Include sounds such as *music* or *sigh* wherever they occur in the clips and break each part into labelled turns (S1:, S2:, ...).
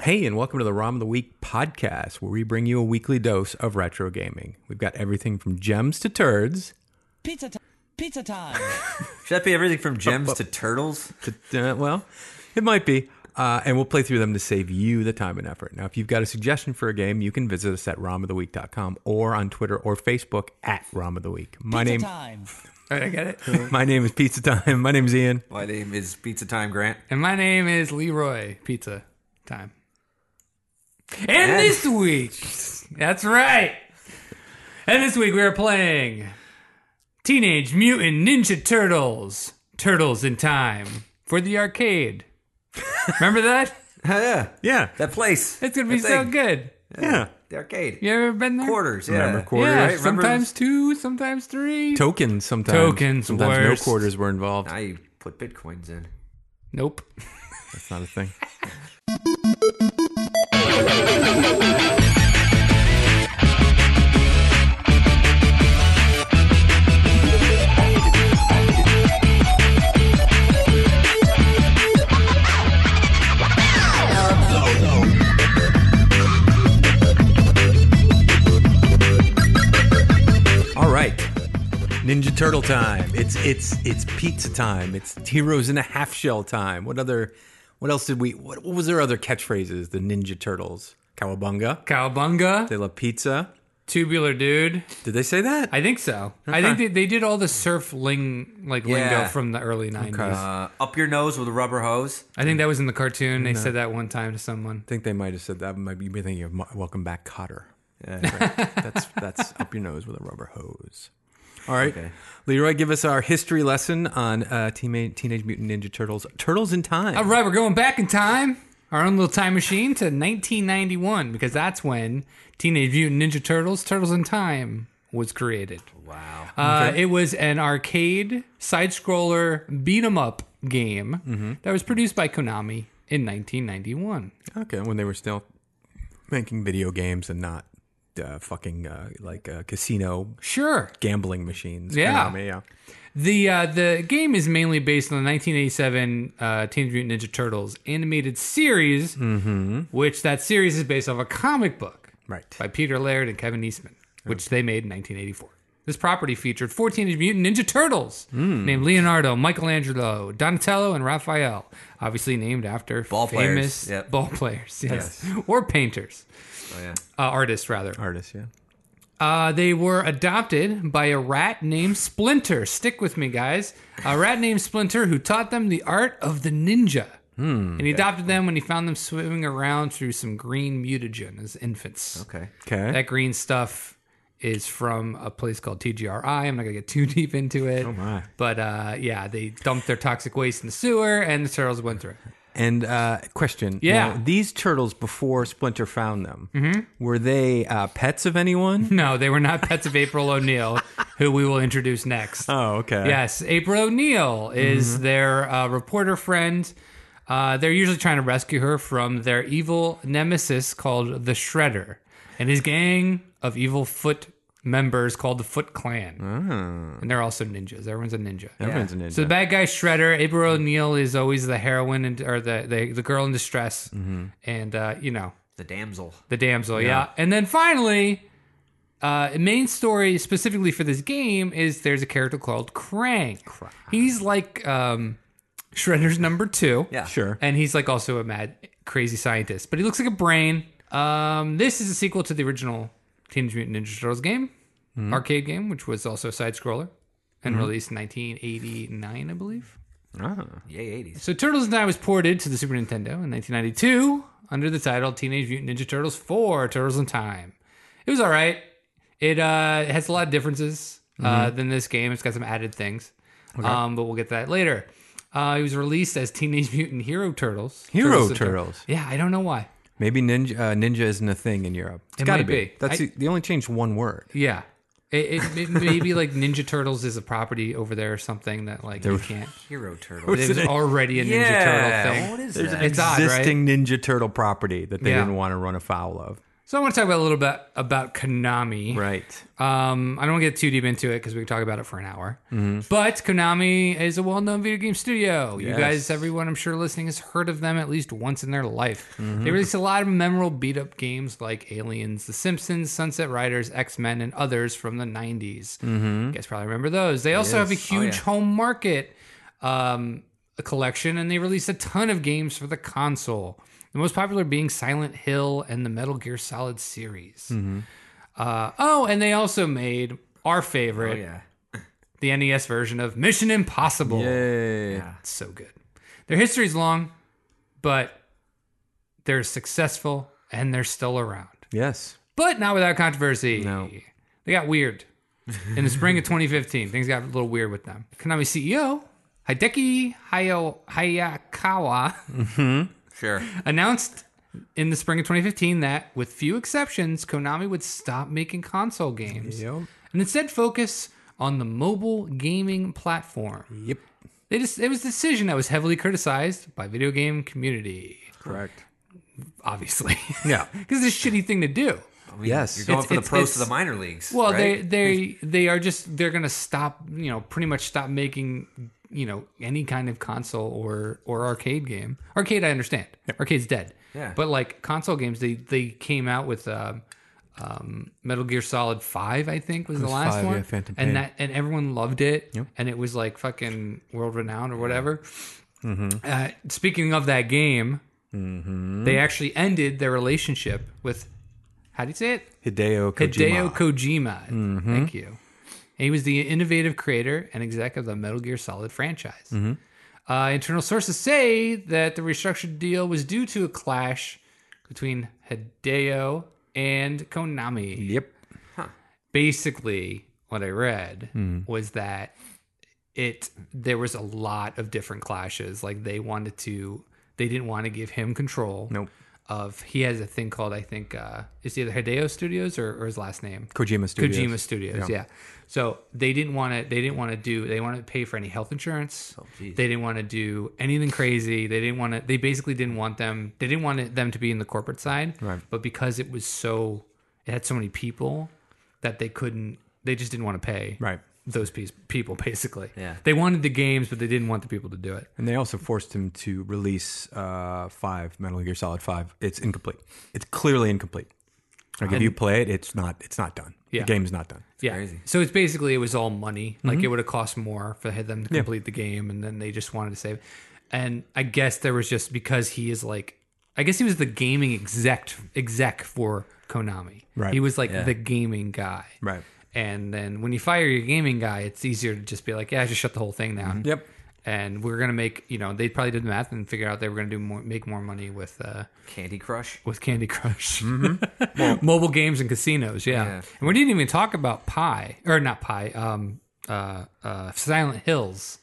S1: Hey, and welcome to the ROM of the Week podcast, where we bring you a weekly dose of retro gaming. We've got everything from gems to turds
S2: Pizza time. Pizza time.
S3: Should that be everything from gems to turtles?
S1: to, uh, well, it might be. Uh, and we'll play through them to save you the time and effort. Now, if you've got a suggestion for a game, you can visit us at romoftheweek.com or on Twitter or Facebook at ROM of the Week. My
S2: Pizza
S1: name, *laughs*
S2: time.
S1: All right, I get it. *laughs* My name is Pizza Time. My name's Ian.
S3: My name is Pizza Time Grant.
S4: And my name is Leroy Pizza Time. And
S3: And-
S4: this week, that's right. And this week we are playing Teenage Mutant Ninja Turtles, Turtles in Time for the arcade. Remember that?
S3: Oh, yeah,
S1: Yeah,
S3: that place.
S4: It's gonna be
S3: That
S4: so
S3: thing.
S4: good.
S1: yeah.
S3: The arcade.
S4: You ever been there?
S3: Quarters. Yeah.
S1: Remember quarters?
S4: Yeah,
S3: Right, remember-
S4: sometimes two, sometimes three.
S1: Tokens sometimes.
S4: Tokens,
S1: Sometimes
S4: worst.
S1: no quarters were involved.
S3: Now you put bitcoins in.
S4: nope.
S1: That's not a thing. All right. Ninja Turtle time. It's it's it's pizza time. It's heroes in a half shell time. What other? What else did we? What, what was their other catchphrases? The Ninja Turtles. Cowabunga.
S4: Cowabunga,
S1: They love pizza.
S4: tubular dude.
S1: Did they say that?
S4: I think so. I think they, they did all the surf ling like lingo
S3: Yeah.
S4: from the early nineties.
S3: Uh, up your nose with a rubber hose.
S4: I think that was in the cartoon. They said that one time to someone.
S1: think they might have said that. Might be thinking of Mo- Welcome Back, Cotter. Right. that's that's up your nose with a rubber hose. All right, Leroy, give us our history lesson on uh, Teenage Teenage Mutant Ninja Turtles. Turtles in Time.
S4: All right, we're going back in time, our own little time machine to 1991 because that's when Teenage Mutant Ninja Turtles: Turtles in Time was created.
S3: Wow.
S4: Uh, It was an arcade side scroller beat 'em up game that was produced by Konami in 1991.
S1: Okay, when they were still making video games and not uh, fucking uh, like uh, casino
S4: Sure,
S1: gambling machines.
S4: Yeah.
S1: Konami, yeah.
S4: The uh, the game is mainly based on the 1987 uh, Teenage Mutant Ninja Turtles animated series, which that series is based off a comic book
S1: Right.
S4: by Peter Laird and Kevin Eastman, which they made in 1984. This property featured four Teenage Mutant Ninja Turtles
S3: Hmm.
S4: named Leonardo, Michelangelo, Donatello, and Raphael, obviously named after
S3: Ball players,
S4: famous
S3: yep.
S4: ball players, yes, or painters,
S3: Oh, yeah.
S4: uh, artists rather.
S1: Artists, yeah.
S4: Uh, they were adopted by a rat named Splinter. Stick with me, guys. A rat named Splinter who taught them the art of the ninja.
S3: Hmm.
S4: and he adopted them when he found them swimming around through some green mutagen as infants.
S3: Okay.
S1: Okay.
S4: That green stuff is from a place called TGRI. I'm not going to get too *laughs* deep into it. Oh,
S1: my.
S4: But uh, yeah, they dumped their toxic waste in the sewer and the turtles went through it.
S1: and uh, question.
S4: Yeah. Mm-hmm.
S1: Now, these turtles before Splinter found them, were they uh, pets of anyone?
S4: No, they were not pets of April O'Neil, who we will introduce
S1: *laughs*
S4: next.
S1: oh, okay. Mm-hmm.
S4: Yes, April O'Neil is their uh, reporter friend. Uh, they're usually trying to rescue her from their evil nemesis called the Shredder and his gang of evil foot members called the Foot Clan.
S1: Oh.
S4: And they're also ninjas. Everyone's a ninja.
S1: Everyone's a ninja.
S4: So the bad guy Shredder, April O'Neil is always the heroine and, or the, the the girl in distress, and uh, you know
S3: The damsel.
S4: the damsel, yeah. And then finally, uh, main story specifically for this game is there's a character called Krang. He's like um, Shredder's number two.
S3: Yeah.
S1: sure.
S4: And he's like also a mad, crazy scientist, but he looks like a brain. Um, this is a sequel to the original Teenage Mutant Ninja Turtles game, arcade game, which was also a side scroller and released in 1989, I believe.
S3: Yay, 80s.
S4: So Turtles in Time was ported to the Super Nintendo in 1992 under the title Teenage Mutant Ninja Turtles 4: Turtles in Time. It was all right. It uh, has a lot of differences uh,
S1: Mm-hmm.
S4: than this game. It's got some added things, um, but we'll get to that later. Uh, it was released as Teenage Mutant Hero Turtles.
S1: Hero
S4: in
S1: Turtles.
S4: Time. Yeah, I don't know why.
S1: Maybe ninja uh, ninja isn't a thing in Europe. It's
S4: It
S1: gotta
S4: might be.
S1: That's
S4: I-
S1: the they only changed one word.
S4: Yeah, it, it, it maybe like Ninja Turtles is a property over there or something that like you
S1: *laughs*
S4: can't.
S3: Hero turtle.
S4: There's already a Ninja
S3: yeah.
S4: Turtle thing.
S3: What is
S1: There's
S3: that?
S1: an
S4: It's odd, right?
S1: existing Ninja Turtle property that they
S4: Yeah.
S1: didn't want to run afoul of.
S4: So I want to talk about a little bit about Konami.
S1: Right.
S4: Um, I don't want to get too deep into it because we could talk about it for an hour. But Konami is a well-known video game studio. You
S1: Yes.
S4: guys, everyone I'm sure listening has heard of them at least once in their life. They released a lot of memorable beat-up games like Aliens, The Simpsons, Sunset Riders, X-Men, and others from the 90s. You guys probably remember those. They also have a
S3: Oh,
S4: huge
S3: yeah.
S4: home market um, a collection, and they released a ton of games for the console. The most popular being Silent Hill and the Metal Gear Solid series.
S3: Mm-hmm.
S4: Uh, oh, and they also made our
S3: Oh
S4: favorite,
S3: *laughs* yeah.
S4: the NES version of Mission Impossible.
S1: Yay.
S4: It's so good. Their history's long, but they're successful and they're still around.
S1: Yes.
S4: But not without controversy.
S1: No.
S4: They got weird. In
S1: *laughs*
S4: the spring of 2015, things got a little weird with them. Konami CEO Hideki Hayo, Hayakawa *laughs*
S3: Sure.
S4: announced in the spring of 2015 that, with few exceptions, Konami would stop making console games
S1: Yep.
S4: and instead focus on the mobile gaming platform.
S1: Yep.
S4: They just, it was a decision that was heavily criticized by video game community,
S1: Correct.
S4: obviously, *laughs*
S1: Yeah.
S4: because it's a shitty thing to do.
S1: yes.
S3: You're going
S4: It's-
S3: from
S4: it's-
S3: the pros
S4: it's-
S3: to the minor leagues.
S4: Well,
S3: right?
S4: they they they are just they're gonna stop you know pretty much stop making you know any kind of console or or arcade game. Arcade, I understand. Arcade's dead.
S3: Yeah.
S4: But like console games, they they came out with um, um, Metal Gear Solid Five, I think was the
S1: was
S4: last
S1: five,
S4: one,
S1: yeah, Phantom Pain.
S4: and that and everyone loved it, and it was like fucking world renowned or whatever.
S1: Mm-hmm.
S4: Uh, speaking of that game, they actually ended their relationship with how do you say it?
S1: Hideo Kojima. Mm-hmm.
S4: Hideo Kojima. Thank you. And he was the innovative creator and exec of the Metal Gear Solid franchise.
S1: Mm-hmm.
S4: Uh, internal sources say that the restructured deal was due to a clash between Hideo and Konami.
S1: Yep.
S4: Basically, what I read
S1: Hmm.
S4: was that it there was a lot of different clashes. Like they wanted to, they didn't want to give him control.
S1: Nope.
S4: Of he has a thing called I think uh, it's either Hideo Studios or, or his last name
S1: Kojima Studios.
S4: Kojima Studios, yeah. So they didn't want to. They didn't want to do. They want to pay for any health insurance.
S1: Oh,
S4: they didn't want to do anything crazy. They didn't want to. They basically didn't want them. They didn't want it- them to be in the corporate side.
S1: Right.
S4: But because it was so, it had so many people that they couldn't. They just didn't want to pay.
S1: Right.
S4: Those pe- people basically.
S3: Yeah.
S4: They wanted the games, but they didn't want the people to do it.
S1: And they also forced him to release uh, five Metal Gear Solid Five. It's incomplete. It's clearly incomplete. Like if you play it, it's not. It's not done.
S4: Yeah.
S1: The game's not done.
S4: yeah.
S3: crazy.
S4: So it's basically it was all money. Like it would have cost more for them to complete the game, and then they just wanted to save. And I guess there was just because he is like, I guess he was the gaming exec exec for Konami.
S1: Right.
S4: He was like
S3: Yeah.
S4: the gaming guy.
S1: Right.
S4: And then when you fire your gaming guy, it's easier to just be like, yeah, just shut the whole thing down.
S1: Yep.
S4: And we're gonna make, you know, they probably did the math and figured out they were gonna do more, make more money with. uh
S3: Candy Crush.
S4: with Candy Crush, *laughs* mobile games and casinos. Mm-hmm. Yeah.
S3: Yeah.
S4: and we didn't even talk about Pie or not Pie, um, uh, uh, Silent *gasps* Hills,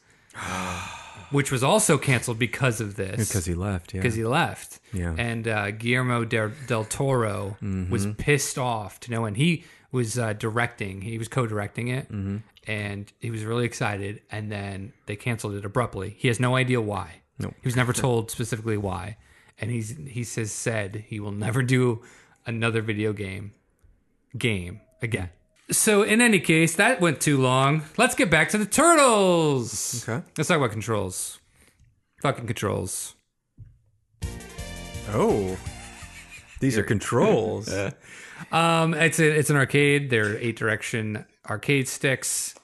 S4: which was also canceled because of this
S1: Because he left. Yeah.
S4: because he left.
S1: Yeah. Mm-hmm.
S4: and uh, Guillermo del, del Toro was pissed off to no end. He was uh, directing; he was co-directing it,
S1: Mm-hmm.
S4: and he was really excited. And then they canceled it abruptly. He has no idea why.
S1: Nope.
S4: he
S1: *laughs*
S4: was never told specifically why. And he's he says said he will never do another video game game again. So in any case, that went too long. Let's get back to the turtles.
S1: Okay.
S4: Let's talk about controls. Fucking controls.
S1: oh. These are
S4: *laughs*
S1: controls.
S4: Um, it's a, it's an arcade. There are eight direction arcade sticks.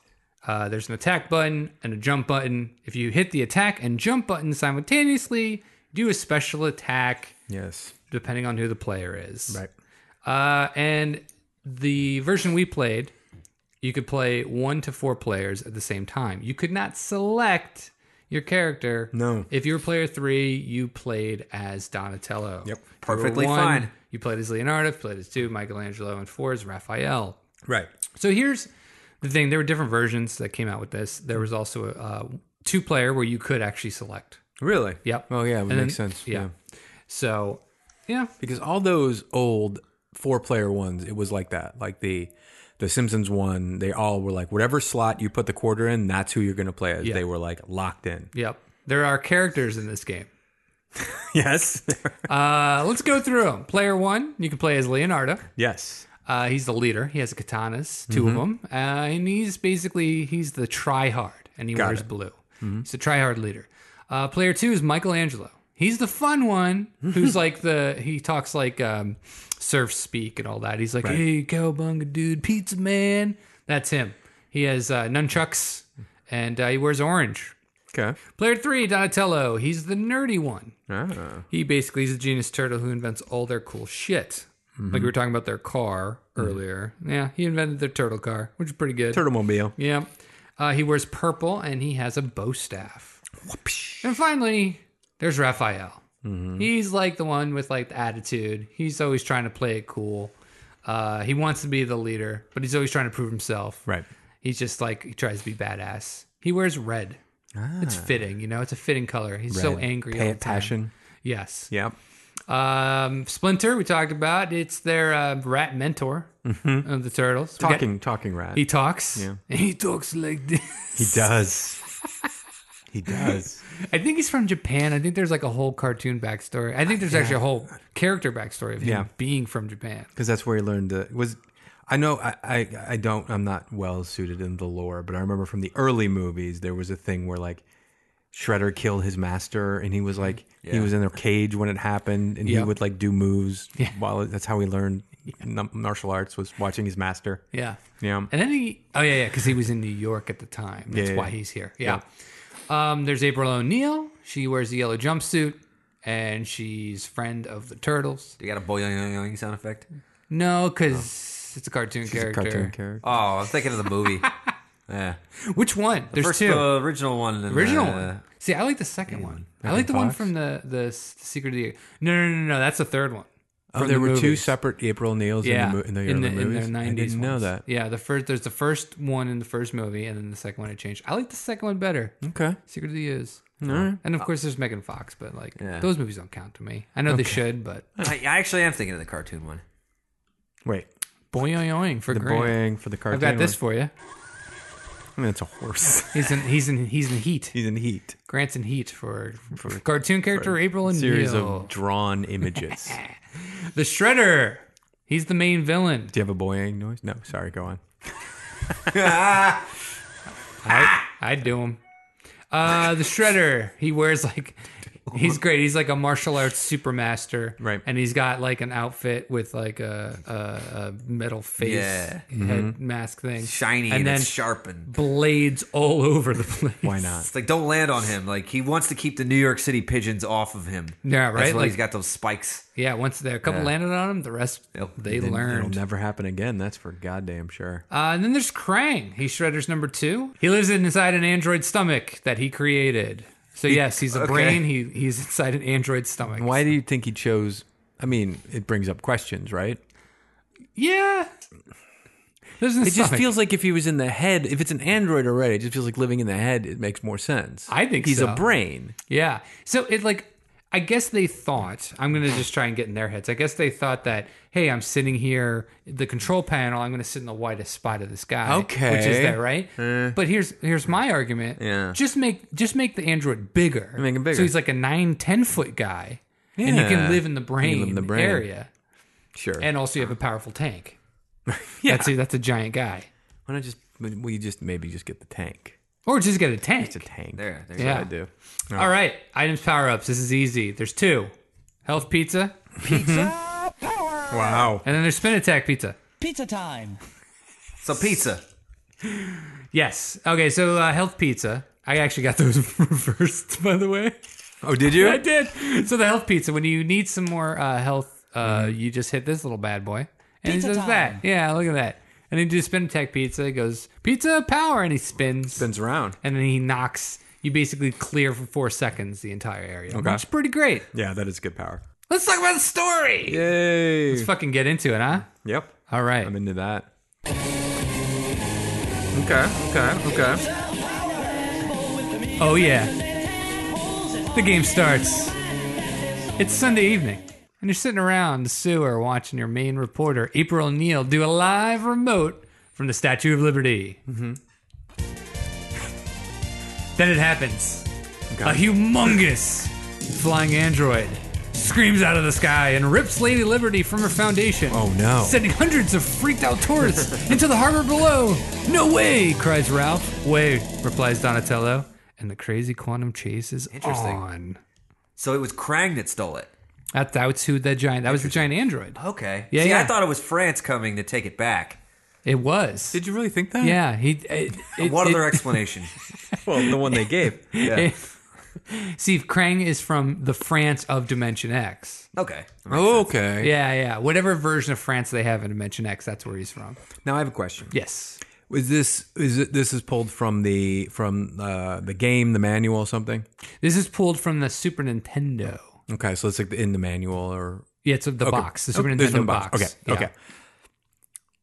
S4: Uh, there's an attack button and a jump button. If you hit the attack and jump button simultaneously, do a special attack
S1: yes.
S4: depending on who the player is.
S1: Right.
S4: Uh, and the version we played, you could play one to four players at the same time. You could not select your character.
S1: No.
S4: If you were player three, you played as Donatello. Yep.
S3: Perfectly fine.
S4: You played as Leonardo, you played as two, Michelangelo, and four is Raphael.
S1: Right.
S4: So here's the thing: there were different versions that came out with this. There was also a uh, two-player where you could actually select.
S1: Really.
S4: Yep.
S1: Oh yeah, it would
S4: And
S1: make
S4: then-
S1: sense.
S4: yeah. So, yeah,
S1: because all those old four player ones it was like that like the the simpsons one they all were like whatever slot you put the quarter in that's who you're going to play as they were like locked in
S4: yep. There are characters in this game.
S1: *laughs* yes. *laughs*
S4: Uh, let's go through them. Player one, you can play as Leonardo.
S1: yes.
S4: Uh, he's the leader. He has katanas, 2 of 'em. of them, uh, and he's basically he's the tryhard, and he wears
S1: it.
S4: blue. He's a tryhard leader. Uh, player two is Michelangelo. He's the fun one who's like the he talks like um, surf speak and all that. He's like, hey, cowabunga dude, pizza man. That's him. He has uh, nunchucks and uh, he wears orange.
S1: Okay.
S4: Player three, Donatello. He's the nerdy one.
S1: Ah.
S4: He basically is a genius turtle who invents all their cool shit.
S1: Mm-hmm.
S4: Like we were talking about their car earlier. Yeah, he invented their turtle car, which is pretty
S1: *laughs*
S4: good.
S1: Turtlemobile.
S4: Yeah. Uh, he wears purple and he has a bow staff. And finally, there's Raphael.
S1: Mm-hmm.
S4: He's like the one with like the attitude. He's always trying to play it cool. Uh, he wants to be the leader, but he's always trying to prove himself.
S1: Right.
S4: He's just like he tries to be badass. He wears red. It's fitting, you know. It's a fitting color. He's so
S1: Ah. Red.
S4: angry.
S1: Pa-
S4: all the time.
S1: passion.
S4: Yes.
S1: Yeah.
S4: Um, Splinter, we talked about. It's their uh, rat mentor of the turtles. We got-
S1: Mm-hmm. Talking, talking rat.
S4: he talks. And *laughs* he talks like this. *laughs*
S1: He does. *laughs* he does.
S4: I think he's from Japan. I think there's like a whole cartoon backstory. I think there's actually a whole character backstory of him
S1: Yeah.
S4: being from Japan.
S1: Because that's where he learned the was. I know I, I I don't I'm not well suited in the lore, but I remember from the early movies there was a thing where like Shredder killed his master, and he was
S4: Mm-hmm.
S1: like he was in their cage when it happened, and
S4: Yeah.
S1: he would like do moves while that's how he learned n- martial arts was watching his master.
S4: Yeah.
S1: Yeah,
S4: And then he, oh yeah, yeah, because he was in New York at the time. That's
S1: Yeah, yeah,
S4: why
S1: yeah.
S4: he's here. Yeah. Um, there's April O'Neil. She wears the yellow jumpsuit, and she's friend of the turtles.
S3: You got a boing boing boing sound effect?
S4: No, because it's a cartoon character.
S1: Oh. cartoon character.
S3: Oh, I was thinking of the
S4: *laughs*
S3: movie. yeah.
S4: Which one? there's
S3: First,
S4: two.
S3: the original one. and
S4: Original
S3: the-
S4: one. See, I like the second one. I like the one
S1: Uh, Fox?
S4: from the the S- Secret of the. No, no, no, no, no. That's the third one.
S1: Oh,
S4: From
S1: there
S4: the
S1: were two
S4: movies.
S1: separate April O'Neils
S4: Yeah,
S1: in the mo- in the, early movies.
S4: in the 90s.
S1: I didn't know
S4: ones.
S1: that.
S4: Yeah, the first there's the first one in the first movie, and then the second one it changed. I like the second one better.
S1: Okay,
S4: Secret of the is. And of course, there's Megan Fox, but like those movies don't count to me. I know they should, but
S3: I, I actually am thinking of the cartoon one.
S1: wait.
S4: boing for
S1: The
S4: Grant.
S1: boying for the cartoon.
S4: I've got this for you.
S1: I mean, it's a horse. *laughs*
S4: He's in he's in he's in heat.
S1: He's in heat.
S4: Grant's in heat for, for cartoon character April and
S1: series
S4: Oh, Neil.
S1: of drawn images.
S4: *laughs*
S1: Do
S4: The Shredder. He's the main villain.
S1: you have a boing noise? No, sorry, go on.
S4: I, I'd do him. Uh, the Shredder. He wears like, he's great. He's like a martial arts supermaster.
S1: Right.
S4: And he's got like an outfit with like a, a, a metal face
S3: Yeah.
S4: head mask thing.
S3: Shiny and,
S4: And then
S3: it's sharp and
S4: blades all *laughs* over the place.
S1: Why not?
S3: it's like don't land on him. Like he wants to keep the New York City pigeons off of him.
S4: Yeah, right,
S3: That's why
S4: like-
S3: he's got those spikes.
S4: Yeah, once there, a couple landed on him, the rest
S3: Yep.
S4: they
S1: Then
S4: learned.
S1: It'll never happen again. That's for goddamn sure.
S4: Uh, and then there's Krang. He's Shredder's number two. He lives inside an android stomach that he created. So yes, he's a
S3: okay.
S4: brain. He he's inside an android stomach.
S1: Why do you think he chose? I mean, it brings up questions, right?
S4: Yeah. Lives in the
S1: It just
S4: stomach.
S1: feels like if he was in the head, if it's an android already, it just feels like living in the head. It makes more sense.
S4: I think
S1: he's
S4: so.
S1: a brain.
S4: Yeah. So it like I guess they thought I'm gonna just try and get in their heads. I guess they thought that hey, I'm sitting here the control panel. I'm gonna sit in the widest spot of the sky.
S1: Okay. Eh.
S4: Which is that right? But here's here's my argument.
S3: Yeah.
S4: Just make just make the android bigger.
S1: Make him bigger.
S4: So he's like a nine ten foot guy, and you
S1: Yeah.
S4: can live in the
S1: live
S4: brain,
S1: in the brain.
S4: area,
S1: Sure.
S4: and also you have a powerful tank.
S1: *laughs*
S4: That's a, that's a giant guy,
S1: why not just? Well, you just maybe just get the tank.
S4: or just get a tank.
S1: It's a tank.
S3: There, there
S4: Yeah.
S1: I do.
S4: All right, items power ups. This is easy. There's two: health pizza,
S1: Mm-hmm.
S2: Pizza power.
S1: Wow.
S4: and then there's spin attack pizza.
S2: Pizza time.
S3: So pizza.
S4: Yes. Okay. So uh, health pizza. I actually got those *laughs* reversed, by the way.
S1: Oh, did you?
S4: I did. So the health pizza. When you need some more uh, health, uh, you just hit this little bad boy, and he
S2: Pizza
S4: does
S2: time.
S4: that. Yeah, look at that. And then you do spin attack pizza. It goes pizza power, and he spins,
S1: Spins around.
S4: and then he knocks. You basically clear for four seconds the entire area, okay. which is pretty great.
S1: Yeah, that is good power.
S4: Let's talk about the story.
S1: Yay.
S4: Let's fucking get into it, huh?
S1: Yep.
S4: All right.
S1: I'm into that. Okay, okay, okay.
S4: Oh, yeah. The game starts. It's Sunday evening, and you're sitting around the sewer watching your main reporter, April O'Neil, do a live remote from the Statue of Liberty. *laughs* Then it happens. A humongous flying android screams out of the sky and rips Lady Liberty from her foundation.
S1: Oh, no.
S4: Sending hundreds of freaked
S1: *laughs*
S4: out tourists into the harbor below. No way, cries Ralph. Way, replies Donatello. And the crazy quantum chase is
S3: Interesting.
S4: on.
S3: So it was Krang that stole it.
S4: That, that's who the giant, that was the giant android.
S3: Okay.
S4: Yeah,
S3: See,
S4: yeah.
S3: I thought it was France coming to take it back.
S4: It was.
S1: Did you really think that?
S4: yeah, he. It,
S1: *laughs*
S4: it,
S3: What
S4: it-
S3: other
S4: *laughs*
S3: explanation?
S1: Well, the one they gave.
S3: Yeah.
S4: See, Krang is from the France of Dimension X.
S3: Okay.
S1: Oh, okay.
S4: Yeah, yeah. Whatever version of France they have in Dimension X, that's where he's from.
S1: Now I have a question.
S4: Yes.
S1: Is this is it, this is pulled from the from uh, the game, the manual, or something?
S4: This is pulled from the Super Nintendo.
S1: Okay, so it's like in the manual or
S4: Yeah, it's the
S1: Okay.
S4: box, the
S1: Oh,
S4: Super
S1: there's
S4: Nintendo
S1: no
S4: box.
S1: Okay,
S4: Yeah.
S1: okay.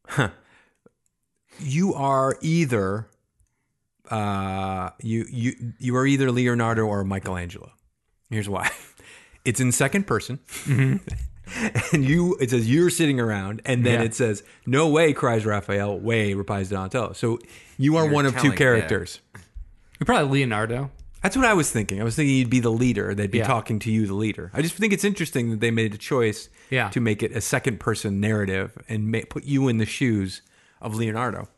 S1: Huh. You are either uh, you you you are either Leonardo or Michelangelo. Here's why. *laughs* It's in second person.
S4: Mm-hmm.
S1: *laughs* And you, it says you're sitting around, and then
S4: Yeah.
S1: it says, "No way!" cries Raphael. Way replies Donatello. So you are one of
S3: telling-
S1: two
S3: yeah.
S1: characters.
S4: You're probably Leonardo.
S1: That's what I was thinking. I was thinking you'd be the leader. They'd be
S4: Yeah.
S1: talking to you, the leader. I just think it's interesting that they made a choice
S4: Yeah.
S1: to make it a second person narrative and ma- put you in the shoes of Leonardo.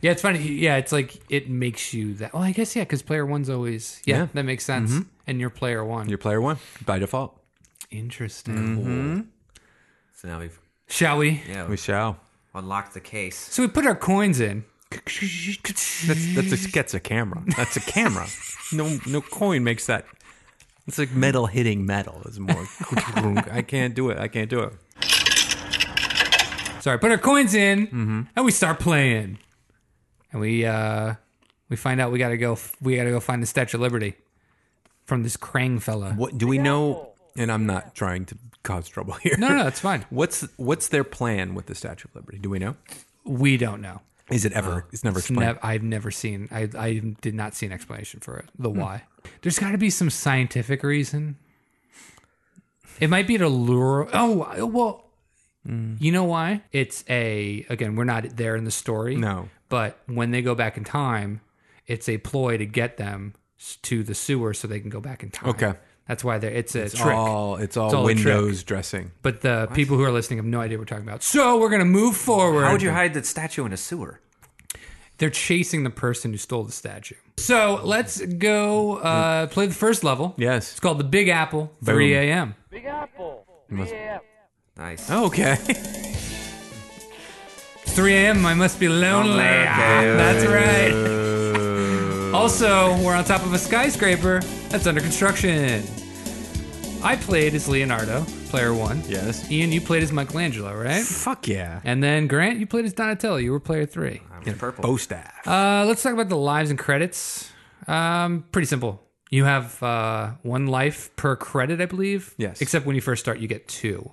S4: Yeah, it's funny. Yeah, it's like it makes you that. Well, I guess yeah, because player one's always yeah,
S1: Yeah.
S4: that makes sense. And you're player one.
S1: Your player one by default.
S4: Interesting.
S3: So now we've
S4: Shall we?
S3: yeah,
S1: We shall.
S3: unlocked the case.
S4: So we put our coins in.
S1: That's that's a that's a camera. That's a
S4: *laughs*
S1: camera. No no coin makes that. It's like metal hitting metal. It's
S4: *laughs*
S1: more. I can't do it. I can't do it.
S4: Sorry, put our coins in, and we start playing. And we uh we find out we gotta go. We gotta go find the Statue of Liberty from this Krang fella.
S1: What do we know? And I'm not trying to cause trouble here.
S4: No, no, no, it's fine.
S1: What's what's their plan with the Statue of Liberty? Do we know?
S4: We don't know.
S1: Is it ever? it's never
S4: Uh, It's
S1: explained.
S4: nev- I've never seen. I I did not see an explanation for it. The why. There's got to be some scientific reason. It might be to lure. Oh well, you know why? It's a again. We're not there in the story.
S1: No.
S4: but when they go back in time, it's a ploy to get them s- to the sewer so they can go back in time.
S1: Okay.
S4: that's why they're. It's a
S1: It's
S4: trick.
S1: all it's all,
S4: It's all a trick.
S1: Windows dressing.
S4: but the people who are listening have no idea what we're talking about. So we're gonna move forward.
S3: How would you hide that statue in a sewer?
S4: they're chasing the person who stole the statue. So let's go uh, play the first level.
S1: Yes.
S4: It's called the Big Apple, 3 a.m.
S3: Nice.
S4: Oh.
S1: Okay. *laughs*
S4: It's 3 a.m. I must be lonely.
S3: Okay.
S4: Ah, That's right. *laughs* also, we're on top of a skyscraper that's under construction. I played as Leonardo, player one.
S1: Yes.
S4: Ian, you played as Michelangelo, right?
S1: Fuck yeah.
S4: And then Grant, you played as Donatello. You were player three.
S3: It's
S4: Oh.
S3: purple.
S1: Bo staff.
S4: Uh, let's talk about the lives and credits. Um, pretty simple. You have uh, one life per credit, I believe.
S1: Yes.
S4: Except when you first start, you get two.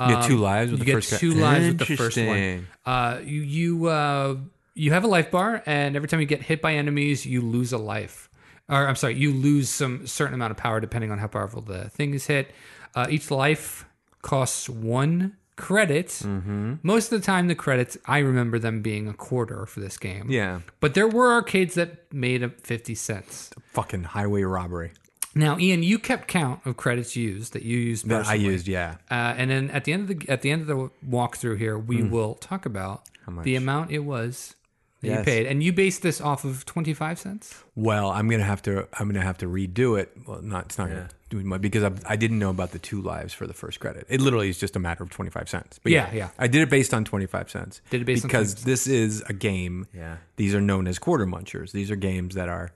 S1: you get two lives with
S4: Um,
S1: the
S4: you get
S1: first guy.
S4: two lives with the first one.
S1: Interesting.
S4: Uh, you you uh, you have a life bar, and every time you get hit by enemies, you lose a life. Or I'm sorry, you lose some certain amount of power depending on how powerful the thing is hit. Uh, each life costs one credit.
S1: Mm-hmm.
S4: Most of the time, the credits I remember them being a quarter for this game.
S1: Yeah.
S4: but there were arcades that made up fifty cents.
S1: Fucking highway robbery
S4: Now, Ian, you kept count of credits used that you used.
S1: that I
S4: personally.
S1: used. Yeah.
S4: Uh, and then at the end of the at the end of the walkthrough here, we
S1: Hmm.
S4: will talk about the amount it was that you
S1: Yes.
S4: paid, and you based this off of twenty five cents.
S1: Well, I'm gonna have to. I'm gonna have to redo it. Well, not. It's not gonna do much because I, I didn't know about the two lives for the first credit. It literally is just a matter of 25 cents. But
S4: Yeah, yeah.
S1: I did it based on 25 cents.
S4: Did it based on
S1: because
S4: 25
S1: this is a game.
S3: Yeah.
S1: These are known as quarter munchers. These are games that are.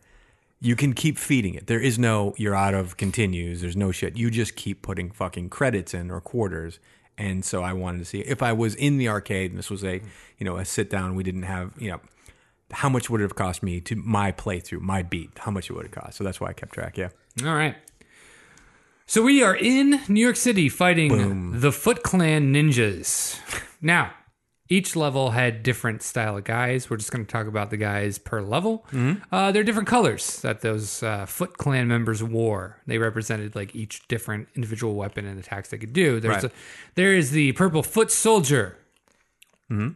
S1: You can keep feeding it. There is no you're out of continues. There's no shit. You just keep putting fucking credits in or quarters. And so I wanted to see if I was in the arcade and this was a you know a sit down. We didn't have you know how much would it have cost me to my playthrough, my beat, how much it would have cost. So that's why I kept track. Yeah.
S4: All right. So we are in New York City fighting the Foot Clan ninjas. Now, each level had different style of guys. We're just going to talk about the guys per level.
S1: Mm-hmm.
S4: Uh, they're different colors that those uh, Foot Clan members wore. They represented like each different individual weapon and attacks they could do. There's
S1: Right.
S4: a, there is the purple foot soldier.
S1: Mm-hmm.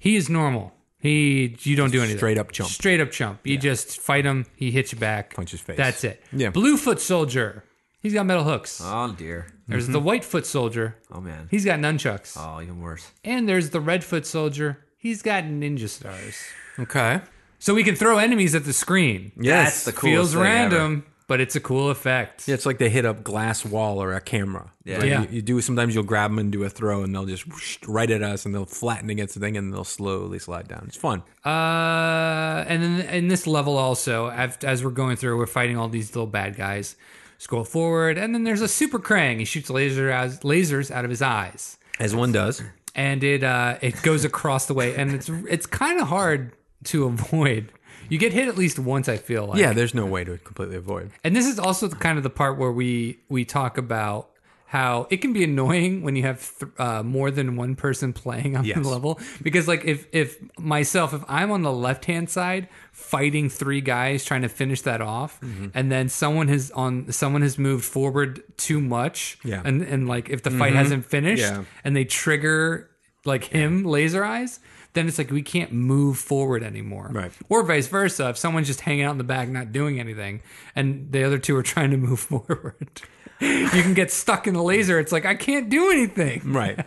S4: He is normal. He you don't do anything.
S1: Straight up chump.
S4: Straight up chump. You just fight him. He hits you back.
S1: Punch his face.
S4: That's it.
S1: Yeah.
S4: Bluefoot soldier. He's got metal hooks.
S3: Oh dear.
S4: There's the white foot soldier.
S3: Oh man.
S4: He's got nunchucks.
S3: Oh, even worse.
S4: And there's the red foot soldier. He's got ninja stars.
S1: Okay.
S4: So we can throw enemies at the screen.
S1: Yes.
S3: That's the coolest
S4: Feels
S3: thing
S4: random, but it's a cool effect.
S1: Yeah, it's like they hit a glass wall or a camera.
S3: Yeah.
S1: Like,
S4: Yeah.
S1: You, you do sometimes you'll grab them and do a throw, and they'll just whoosh right at us, and they'll flatten against the thing, and they'll slowly slide down. It's fun.
S4: Uh, and then in this level also, af- as we're going through, we're fighting all these little bad guys. Scroll forward, and then there's a super Krang. He shoots laser as- lasers out of his eyes,
S1: As one does.
S4: and it uh, it goes across the way, and it's it's kind of hard to *laughs* avoid. You get hit at least once, I feel like.
S1: Yeah, there's no way to completely avoid.
S4: And this is also the, kind of the part where we we talk about how it can be annoying when you have th- uh, more than one person playing on
S1: Yes.
S4: the level because like if if myself if I'm on the left hand side fighting three guys trying to finish that off
S1: Mm-hmm.
S4: and then someone has on someone has moved forward too much
S1: Yeah. Mm-hmm.
S4: and and like if the fight hasn't finished
S1: Yeah.
S4: and they trigger like him laser eyes then it's like we can't move forward anymore
S1: Right.
S4: or vice versa if someone's just hanging out in the back not doing anything and the other two are *laughs* trying to move forward you can get stuck in the laser it's like i can't do anything *laughs*
S1: Right.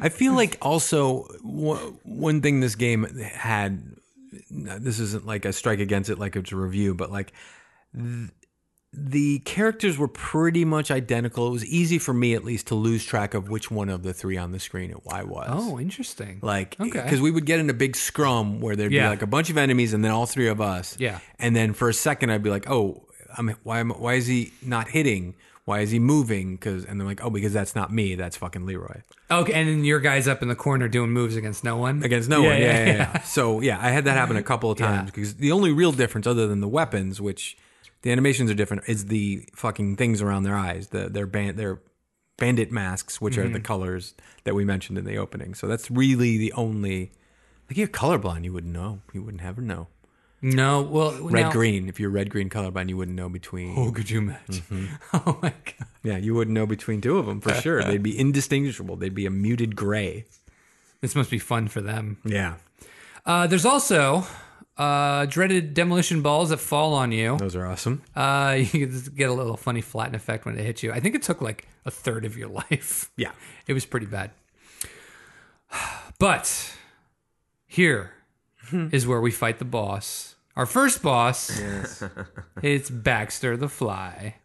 S1: I feel like also w- one thing this game had. This isn't like a strike against it, like it's a review, but like the characters were pretty much identical. It was easy for me, at least, to lose track of which one of the three on the screen I was.
S4: oh interesting
S1: Like,
S4: Okay.
S1: because we would get in a big scrum where there'd be
S4: Yeah.
S1: like a bunch of enemies and then all three of us.
S4: Yeah.
S1: And then for a second, I'd be like, oh, I'm, why, am, why is he not hitting? Why is he moving? Cause, and they're like, oh, because that's not me. That's fucking Leroy.
S4: okay and then your guy's up in the corner doing moves against no one
S1: Against no
S4: Yeah,
S1: one. Yeah
S4: yeah,
S1: yeah, yeah, So, yeah, I had that
S4: *laughs*
S1: happen a couple of times because the only real difference, other than the weapons, which the animations are different, is the fucking things around their eyes, the, their, band, their bandit masks, which are
S4: Mm-hmm.
S1: the colors that we mentioned in the opening. So, that's really the only. Like you're colorblind, you wouldn't know. You wouldn't ever know.
S4: no well
S1: Red
S4: now-
S1: green. If you're red green colorblind, you wouldn't know between.
S4: oh could you imagine
S1: Mm-hmm.
S4: *laughs* oh my god
S1: Yeah, you wouldn't know between two of them for
S4: *laughs*
S1: sure. They'd be indistinguishable. They'd be a muted gray.
S4: this must be fun for them
S1: Yeah,
S4: uh, there's also uh, dreaded demolition balls that fall on you
S1: those are awesome.
S4: Uh, *laughs* you can just get a little funny flatten effect when it hits you. I think it took like a third of your *laughs* life.
S1: Yeah.
S4: It was pretty bad. But here is where we fight the boss. Our first boss. *laughs* it's Baxter the Fly.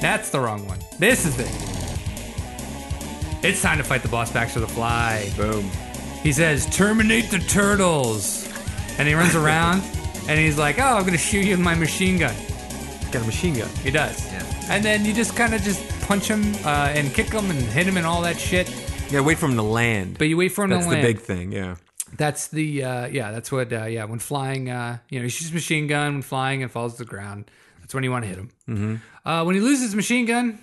S4: That's the wrong one. This is it. It's time to fight the boss, Baxter the Fly.
S1: Boom.
S4: He says, Terminate the turtles. And he runs around and he's like, Oh, I'm going to shoot you with my machine gun.
S1: Got a machine gun.
S4: He does. And then you just kind of just punch him uh, and kick him and hit him and all that shit.
S1: Yeah, wait for him to land.
S4: But you wait for him
S1: that's
S4: to
S1: the
S4: land.
S1: big thing. Yeah.
S4: That's the uh, yeah. That's what uh, yeah. When flying, uh, you know, he shoots machine gun when flying and falls to the ground. That's when you want to hit him. Mm-hmm. Uh, when he loses his machine gun,